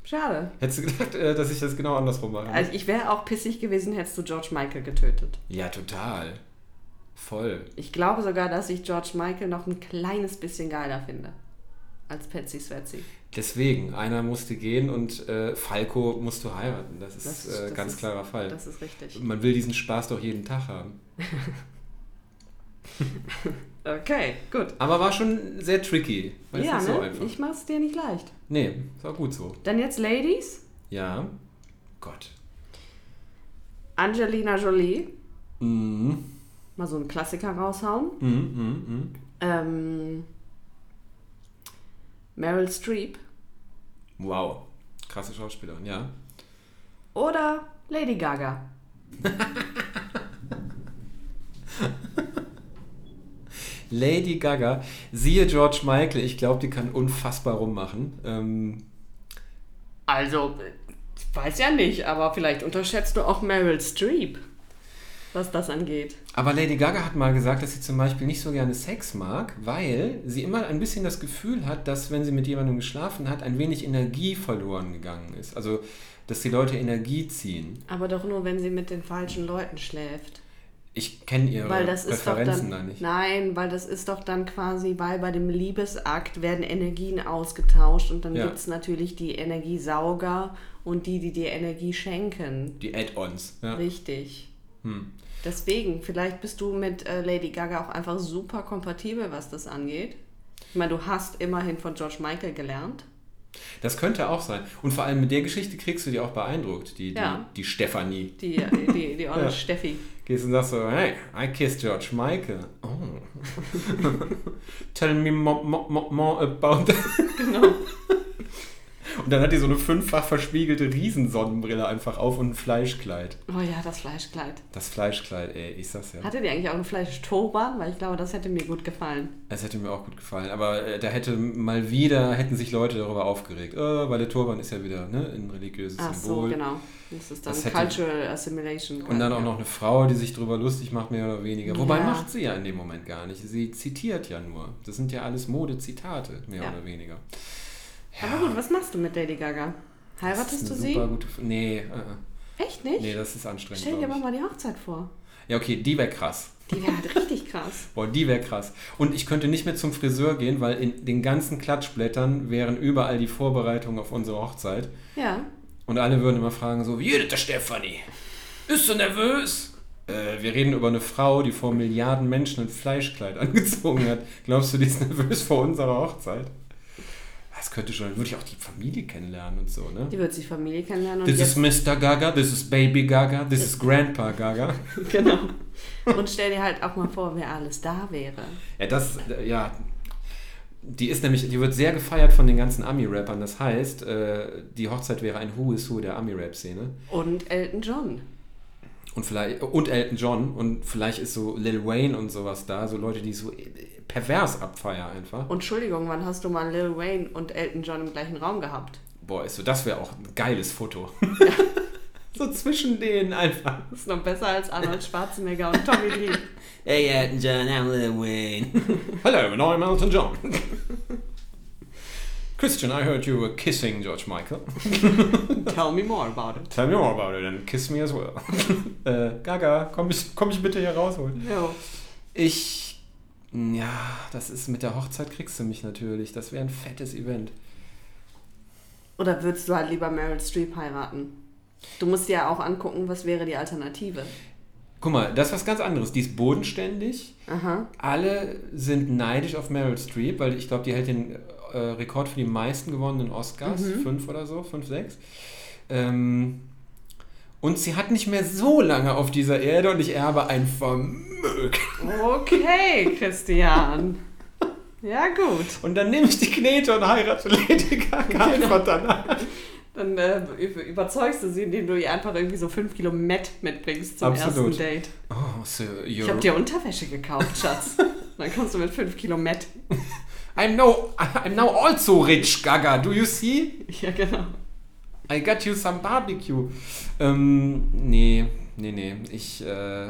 Schade. Hättest du gedacht, äh, dass ich das genau andersrum mache? ne? Also ich wäre auch pissig gewesen, hättest du George Michael getötet. ja, total. Voll. Ich glaube sogar, dass ich George Michael noch ein kleines bisschen geiler finde als Patsy Swetsy. Deswegen, einer musste gehen und äh, Falco musst du heiraten. Das ist Das- äh, das ganz ist- klarer Fall. Das ist richtig. Man will diesen Spaß doch jeden Tag haben. Okay, gut. Aber war schon sehr tricky, weil ja, es ist nicht so ne? einfach. ich mach's dir nicht leicht. nee, ist auch gut so. Dann jetzt Ladies. Ja. Gott. Angelina Jolie. Mhm. Mal so einen Klassiker raushauen. Mhm, mhm, mhm. Ähm, Meryl Streep. Wow. Krasse Schauspielerin, ja. Oder Lady Gaga. Lady Gaga, siehe George Michael, ich glaube, die kann unfassbar rummachen. Ähm, Also, äh, ich weiß ja nicht, aber vielleicht unterschätzt du auch Meryl Streep, was das angeht. aber Lady Gaga hat mal gesagt, dass sie zum Beispiel nicht so gerne Sex mag, weil sie immer ein bisschen das Gefühl hat, dass wenn sie mit jemandem geschlafen hat, ein wenig Energie verloren gegangen ist. Also, dass die Leute Energie ziehen. Aber doch nur, wenn sie mit den falschen Leuten schläft. Ich kenne ihre Weil das ist doch Präferenzen dann, da nicht. Nein, weil das ist doch dann quasi, weil bei dem Liebesakt werden Energien ausgetauscht und dann Ja. gibt's gibt es natürlich die Energiesauger und die, die dir Energie schenken. Die Add-ons. Ja. Richtig. Hm. Deswegen, vielleicht bist du mit äh, Lady Gaga auch einfach super kompatibel, was das angeht. Ich meine, du hast immerhin von George Michael gelernt. Das könnte auch sein. Und vor allem mit der Geschichte kriegst du die auch beeindruckt, die, die, Ja. die Stefanie. Die, äh, die, die Olle Ja. Steffi. Gehst und sagst so, hey, I kissed George Michael. Oh. Tell me more, more, more about that. Genau. Und dann hat die so eine fünffach verspiegelte Riesensonnenbrille einfach auf und ein Fleischkleid. Oh ja, das Fleischkleid. Das Fleischkleid, ey, ich sag's ja. Hatte die eigentlich auch einen Fleischturban? Weil ich glaube, das hätte mir gut gefallen. Das hätte mir auch gut gefallen. Aber äh, da hätte mal wieder, hätten sich Leute darüber aufgeregt. Äh, weil der Turban ist ja wieder ne, ein religiöses Ach so, Symbol. genau. Das ist dann Das hätte- Cultural Assimilation. Und dann auch Ja. noch eine Frau, die sich drüber lustig macht, mehr oder weniger. Wobei Ja. macht sie ja in dem Moment gar nicht. Sie zitiert ja nur. Das sind ja alles Modezitate, mehr Ja. oder weniger. Aber gut, was machst du mit Lady Gaga? Heiratest du Das ist eine sie? super Gute F- nee, äh, äh. Echt nicht? nee, das ist anstrengend. Stell dir glaub aber ich. mal die Hochzeit vor. Ja, okay, die wäre krass. Die wäre halt richtig krass. Boah, die wäre krass. Und ich könnte nicht mehr zum Friseur gehen, weil in den ganzen Klatschblättern wären überall die Vorbereitungen auf unsere Hochzeit. Ja. Und alle würden immer fragen so, wie redet der Stefanie? Ist so nervös? Äh, wir reden über eine Frau, die vor Milliarden Menschen ein Fleischkleid angezogen hat. Glaubst du, die ist nervös vor unserer Hochzeit? Das könnte schon, dann würde ich auch die Familie kennenlernen und so, ne? Die wird sich Familie kennenlernen und This jetzt is Mr. Gaga, this is Baby Gaga, this is Grandpa Gaga. Genau. Und stell dir halt auch mal vor, wer alles da wäre. Ja, das, äh, ja. Die ist nämlich, die wird sehr gefeiert von den ganzen Ami-Rappern. Das heißt, äh, die Hochzeit wäre ein Who is Who der Ami-Rap-Szene. Und Elton John. Und vielleicht, und Elton John. Und vielleicht ist so Lil Wayne und sowas da. So Leute, die so äh, pervers abfeiern einfach. Und Entschuldigung, wann hast du mal Lil Wayne und Elton John im gleichen Raum gehabt? Boah, ist so, das wäre auch ein geiles Foto. so zwischen denen einfach. Das ist noch besser als Arnold Schwarzenegger und Tommy Lee. Hey, Elton John, I'm Lil Wayne. Hello, now I'm Elton John. Christian, I heard you were kissing George Michael. Tell me more about it. Tell me more about it and kiss me as well. äh, Gaga, komm mich, komm mich bitte hier rausholen. Jo. Ich. Ja, das ist mit der Hochzeit kriegst du mich natürlich. Das wäre ein fettes Event. Oder würdest du halt lieber Meryl Streep heiraten? Du musst dir ja auch angucken, was wäre die Alternative. Guck mal, das ist was ganz anderes. Die ist bodenständig. Aha. Alle sind neidisch auf Meryl Streep, weil ich glaube, die hält den äh, Rekord für die meisten gewonnenen Oscars. Fünf oder so, fünf, sechs. Ähm, und sie hat nicht mehr so lange auf dieser Erde und ich erbe ein Vermögen. Okay, Christian. Ja, gut. Und dann nehme ich die Knete und heirate Lady Gaga einfach danach. Dann äh, üb- überzeugst du sie, indem du ihr einfach irgendwie so fünf Kilo Met mitbringst zum Absolut. ersten Date. Oh, Sir, Ich you're... habe dir Unterwäsche gekauft, Schatz. Dann kommst du mit 5 Kilo Met. I'm, no, I'm now also rich, Gaga. Do you see? Ja, genau. I got you some barbecue. Ähm, nee, nee, nee. Ich äh,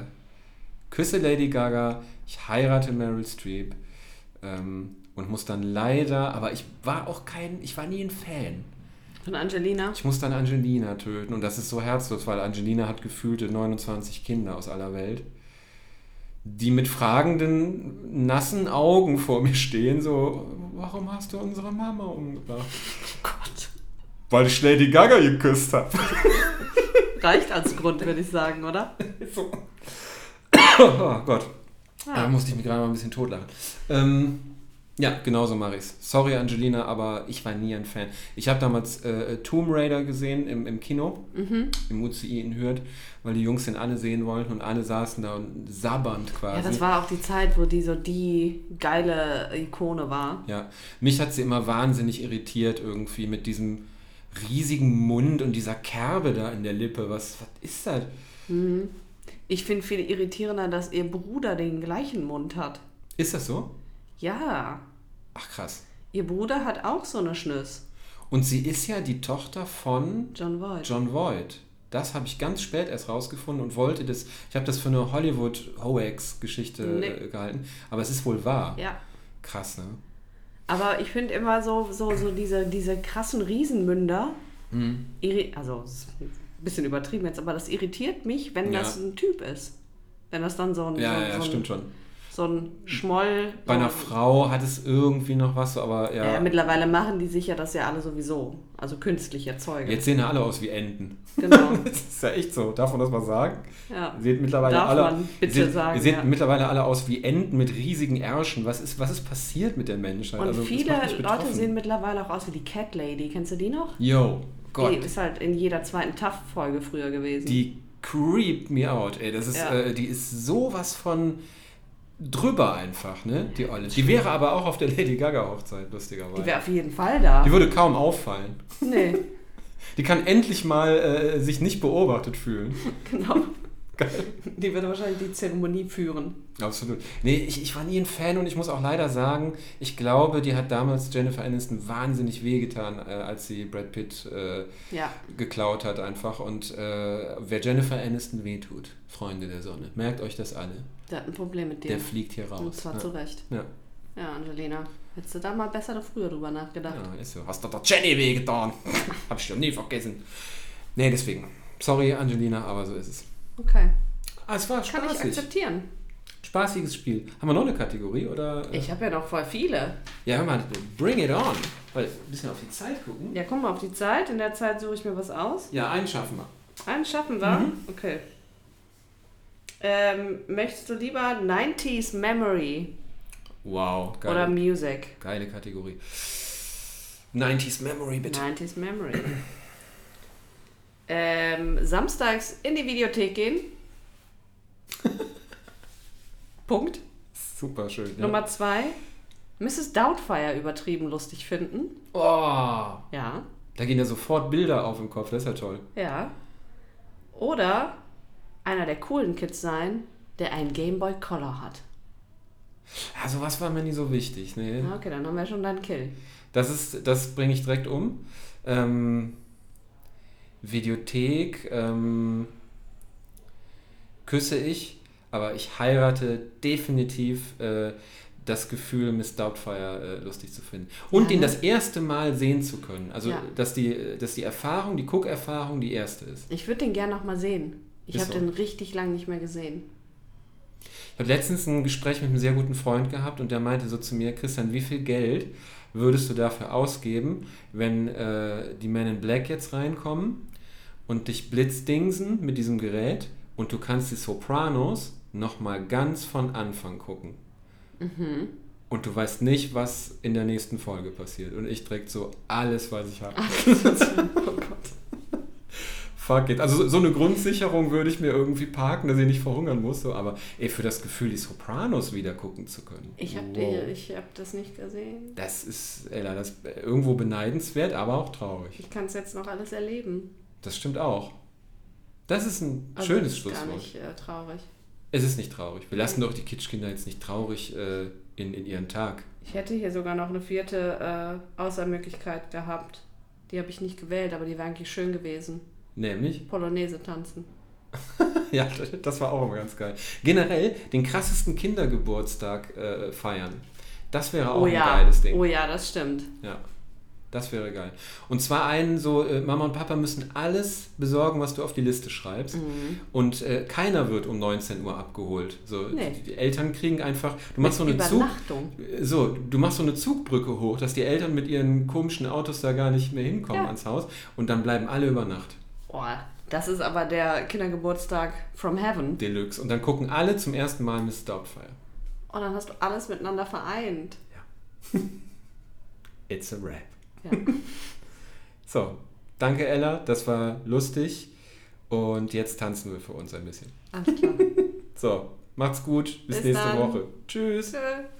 küsse Lady Gaga. Ich heirate Meryl Streep. Ähm, und muss dann leider... Aber ich war auch kein... Ich war nie ein Fan. Von Angelina. Ich muss dann Angelina töten. Und das ist so herzlos, weil Angelina hat gefühlte 29 Kinder aus aller Welt. die mit fragenden, nassen Augen vor mir stehen, so, warum hast du unsere Mama umgebracht? Gott. Weil ich schnell die Gaga geküsst habe. Reicht als Grund, würde ich sagen, oder? So. Oh Gott. Ah. Da musste ich mich gerade mal ein bisschen totlachen. Ähm, ja, genau so mache ich's. Sorry, Angelina, aber ich war nie ein Fan. Ich habe damals äh, Tomb Raider gesehen im, im Kino, Mhm. im UCI in Hürth, weil die Jungs den alle sehen wollten und alle saßen da und sabbernd quasi. Ja, das war auch die Zeit, wo die so die geile Ikone war. Ja, mich hat sie immer wahnsinnig irritiert irgendwie mit diesem riesigen Mund und dieser Kerbe da in der Lippe. Was, was ist das? Ich finde viel irritierender, dass ihr Bruder den gleichen Mund hat. Ist das so? Ja, Ach krass. ihr Bruder hat auch so eine Schnüss. Und sie ist ja die Tochter von John Voight. John Voight. Das habe ich ganz spät erst rausgefunden und wollte das. Ich habe das für eine Hollywood-Hoax-Geschichte Nee. äh, gehalten, aber es ist wohl wahr. Ja. Krass, ne? Aber ich finde immer so, so, so diese, diese krassen Riesenmünder, Mhm. irri- also ist ein bisschen übertrieben jetzt, aber das irritiert mich, wenn Ja. das ein Typ ist. Wenn das dann so ein, Ja, so, ja, so ein, stimmt schon. so ein Schmoll. Bei so, einer Frau hat es irgendwie noch was, aber Ja, ja. mittlerweile machen die sich ja das ja alle sowieso. Also künstlich erzeugen. jetzt sehen ja alle aus wie Enten. Genau. Das ist ja echt so. Darf man das mal sagen? Ja. Seht mittlerweile Darf alle, man bitte seht, sagen, seht ja. mittlerweile alle aus wie Enten mit riesigen Ärschen. Was ist, was ist passiert mit der Menschheit? Und Also, das viele macht mich Leute betroffen. sehen mittlerweile auch aus wie die Cat Lady. Kennst du die noch? Yo, Die Gott. ist halt in jeder zweiten TAF-Folge früher gewesen. die creept me out, ey. Das ist, Ja. äh, die ist sowas von drüber einfach, ne? Die Olle. Die wäre aber auch auf der Lady Gaga Hochzeit, lustigerweise. Die Die, wäre auf jeden Fall da. würde kaum auffallen. Nee, Die kann endlich mal äh, sich nicht beobachtet fühlen. genau. Die würde wahrscheinlich die Zeremonie führen. Absolut. Nee, ich, ich war nie ein Fan und ich muss auch leider sagen, ich glaube, die hat damals Jennifer Aniston wahnsinnig wehgetan, äh, als sie Brad Pitt äh, Ja. geklaut hat einfach. Und äh, wer Jennifer Aniston wehtut, Freunde der Sonne, merkt euch das alle, Der hat ein Problem mit der dir. fliegt hier raus. Und zwar Ja. zu Recht. ja. Ja, Angelina. Hättest du da mal besser früher drüber nachgedacht. Ja, ist so. Hast du der Jenny wehgetan? Hab ich ja nie vergessen. Nee, deswegen. Sorry, Angelina, aber so ist es. Okay. Ah, es war Kann ich spaßig. akzeptieren. Spaßiges Spiel. Haben wir noch eine Kategorie? Oder, äh, Ich habe ja noch voll viele. Ja, hör mal, bring it on. Weil, ein bisschen auf die Zeit gucken. Ja, Ja, guck mal auf die Zeit. In der Zeit suche ich mir was aus. einen schaffen wir. Einen schaffen wir. Mhm. Okay. Ähm, möchtest du lieber 90s Memory Wow, geile, oder Music? geile Kategorie. 90s Memory, bitte. 90s Memory. ähm, samstags in die Videothek gehen. Punkt. Super schön. Ja. Nummer zwei. Mrs. Doubtfire übertrieben lustig finden. Oh, Ja. da gehen ja sofort Bilder auf im Kopf, das ist ja toll. Ja. Oder einer der coolen Kids sein, der einen Gameboy Color hat. Ja, sowas war mir nie so wichtig. ne? Nee. Ah, Okay, dann haben wir schon deinen Kill. Das ist, das bringe ich direkt um. Ähm, Videothek ähm, küsse ich, aber ich heirate definitiv äh, das Gefühl, Miss Doubtfire äh, lustig zu finden. Und Ja, den ne? das erste Mal sehen zu können. Also, Ja. dass, die, dass die Erfahrung, die Cook-Erfahrung die erste ist. Ich würde den gern noch mal sehen. Ich Ist habe so. den richtig lang nicht mehr gesehen. Ich habe letztens ein Gespräch mit einem sehr guten Freund gehabt und der meinte so zu mir, Christian, wie viel Geld würdest du dafür ausgeben, wenn äh, die Men in Black jetzt reinkommen und dich blitzdingsen mit diesem Gerät und du kannst die Sopranos nochmal ganz von Anfang gucken. Und du weißt nicht, was in der nächsten Folge passiert. Und ich direkt so alles, was ich habe. Oh Fuck it. Also so- so eine Grundsicherung würde ich mir irgendwie parken, dass ich nicht verhungern muss. So. Aber ey, für das Gefühl, die Sopranos wieder gucken zu können. Ich habe Wow. hab das nicht gesehen. Das ist, Ella, das ist irgendwo beneidenswert, aber auch traurig. Ich kann es jetzt noch alles erleben. Das stimmt auch. Das ist ein Also schönes ist Gar Schlusswort. nicht äh, traurig. Es ist nicht traurig. Wir lassen doch die Kitschkinder jetzt nicht traurig äh, in, in ihren Tag. Ich hätte hier sogar noch eine vierte äh, Außermöglichkeit gehabt. Die habe ich nicht gewählt, aber die wäre eigentlich schön gewesen. Nämlich Polonaise tanzen. Ja, das war auch immer ganz geil. Generell den krassesten Kindergeburtstag äh, feiern. Das wäre auch oh ein ja. geiles Ding. Oh ja, das stimmt. ja. Das wäre geil. Und zwar einen so, äh, Mama und Papa müssen alles besorgen, was du auf die Liste schreibst. Mhm. Und äh, keiner wird um 19 Uhr abgeholt. So, Nee. die, die Eltern kriegen einfach, du machst so eine Zug, Übernachtung. so, du machst so eine Zugbrücke hoch, dass die Eltern mit ihren komischen Autos da gar nicht mehr hinkommen Ja. ans Haus und dann bleiben alle über Nacht. Boah, das ist aber der Kindergeburtstag from heaven. Deluxe. Und dann gucken alle zum ersten Mal Miss Doubtfire. Und dann hast du alles miteinander vereint. It's a rap. Ja. So, danke Ella, das war lustig. Und jetzt tanzen wir für uns ein bisschen. Alles klar. So, macht's gut, bis, Bis nächste dann. Woche. Tschüss. Tschö.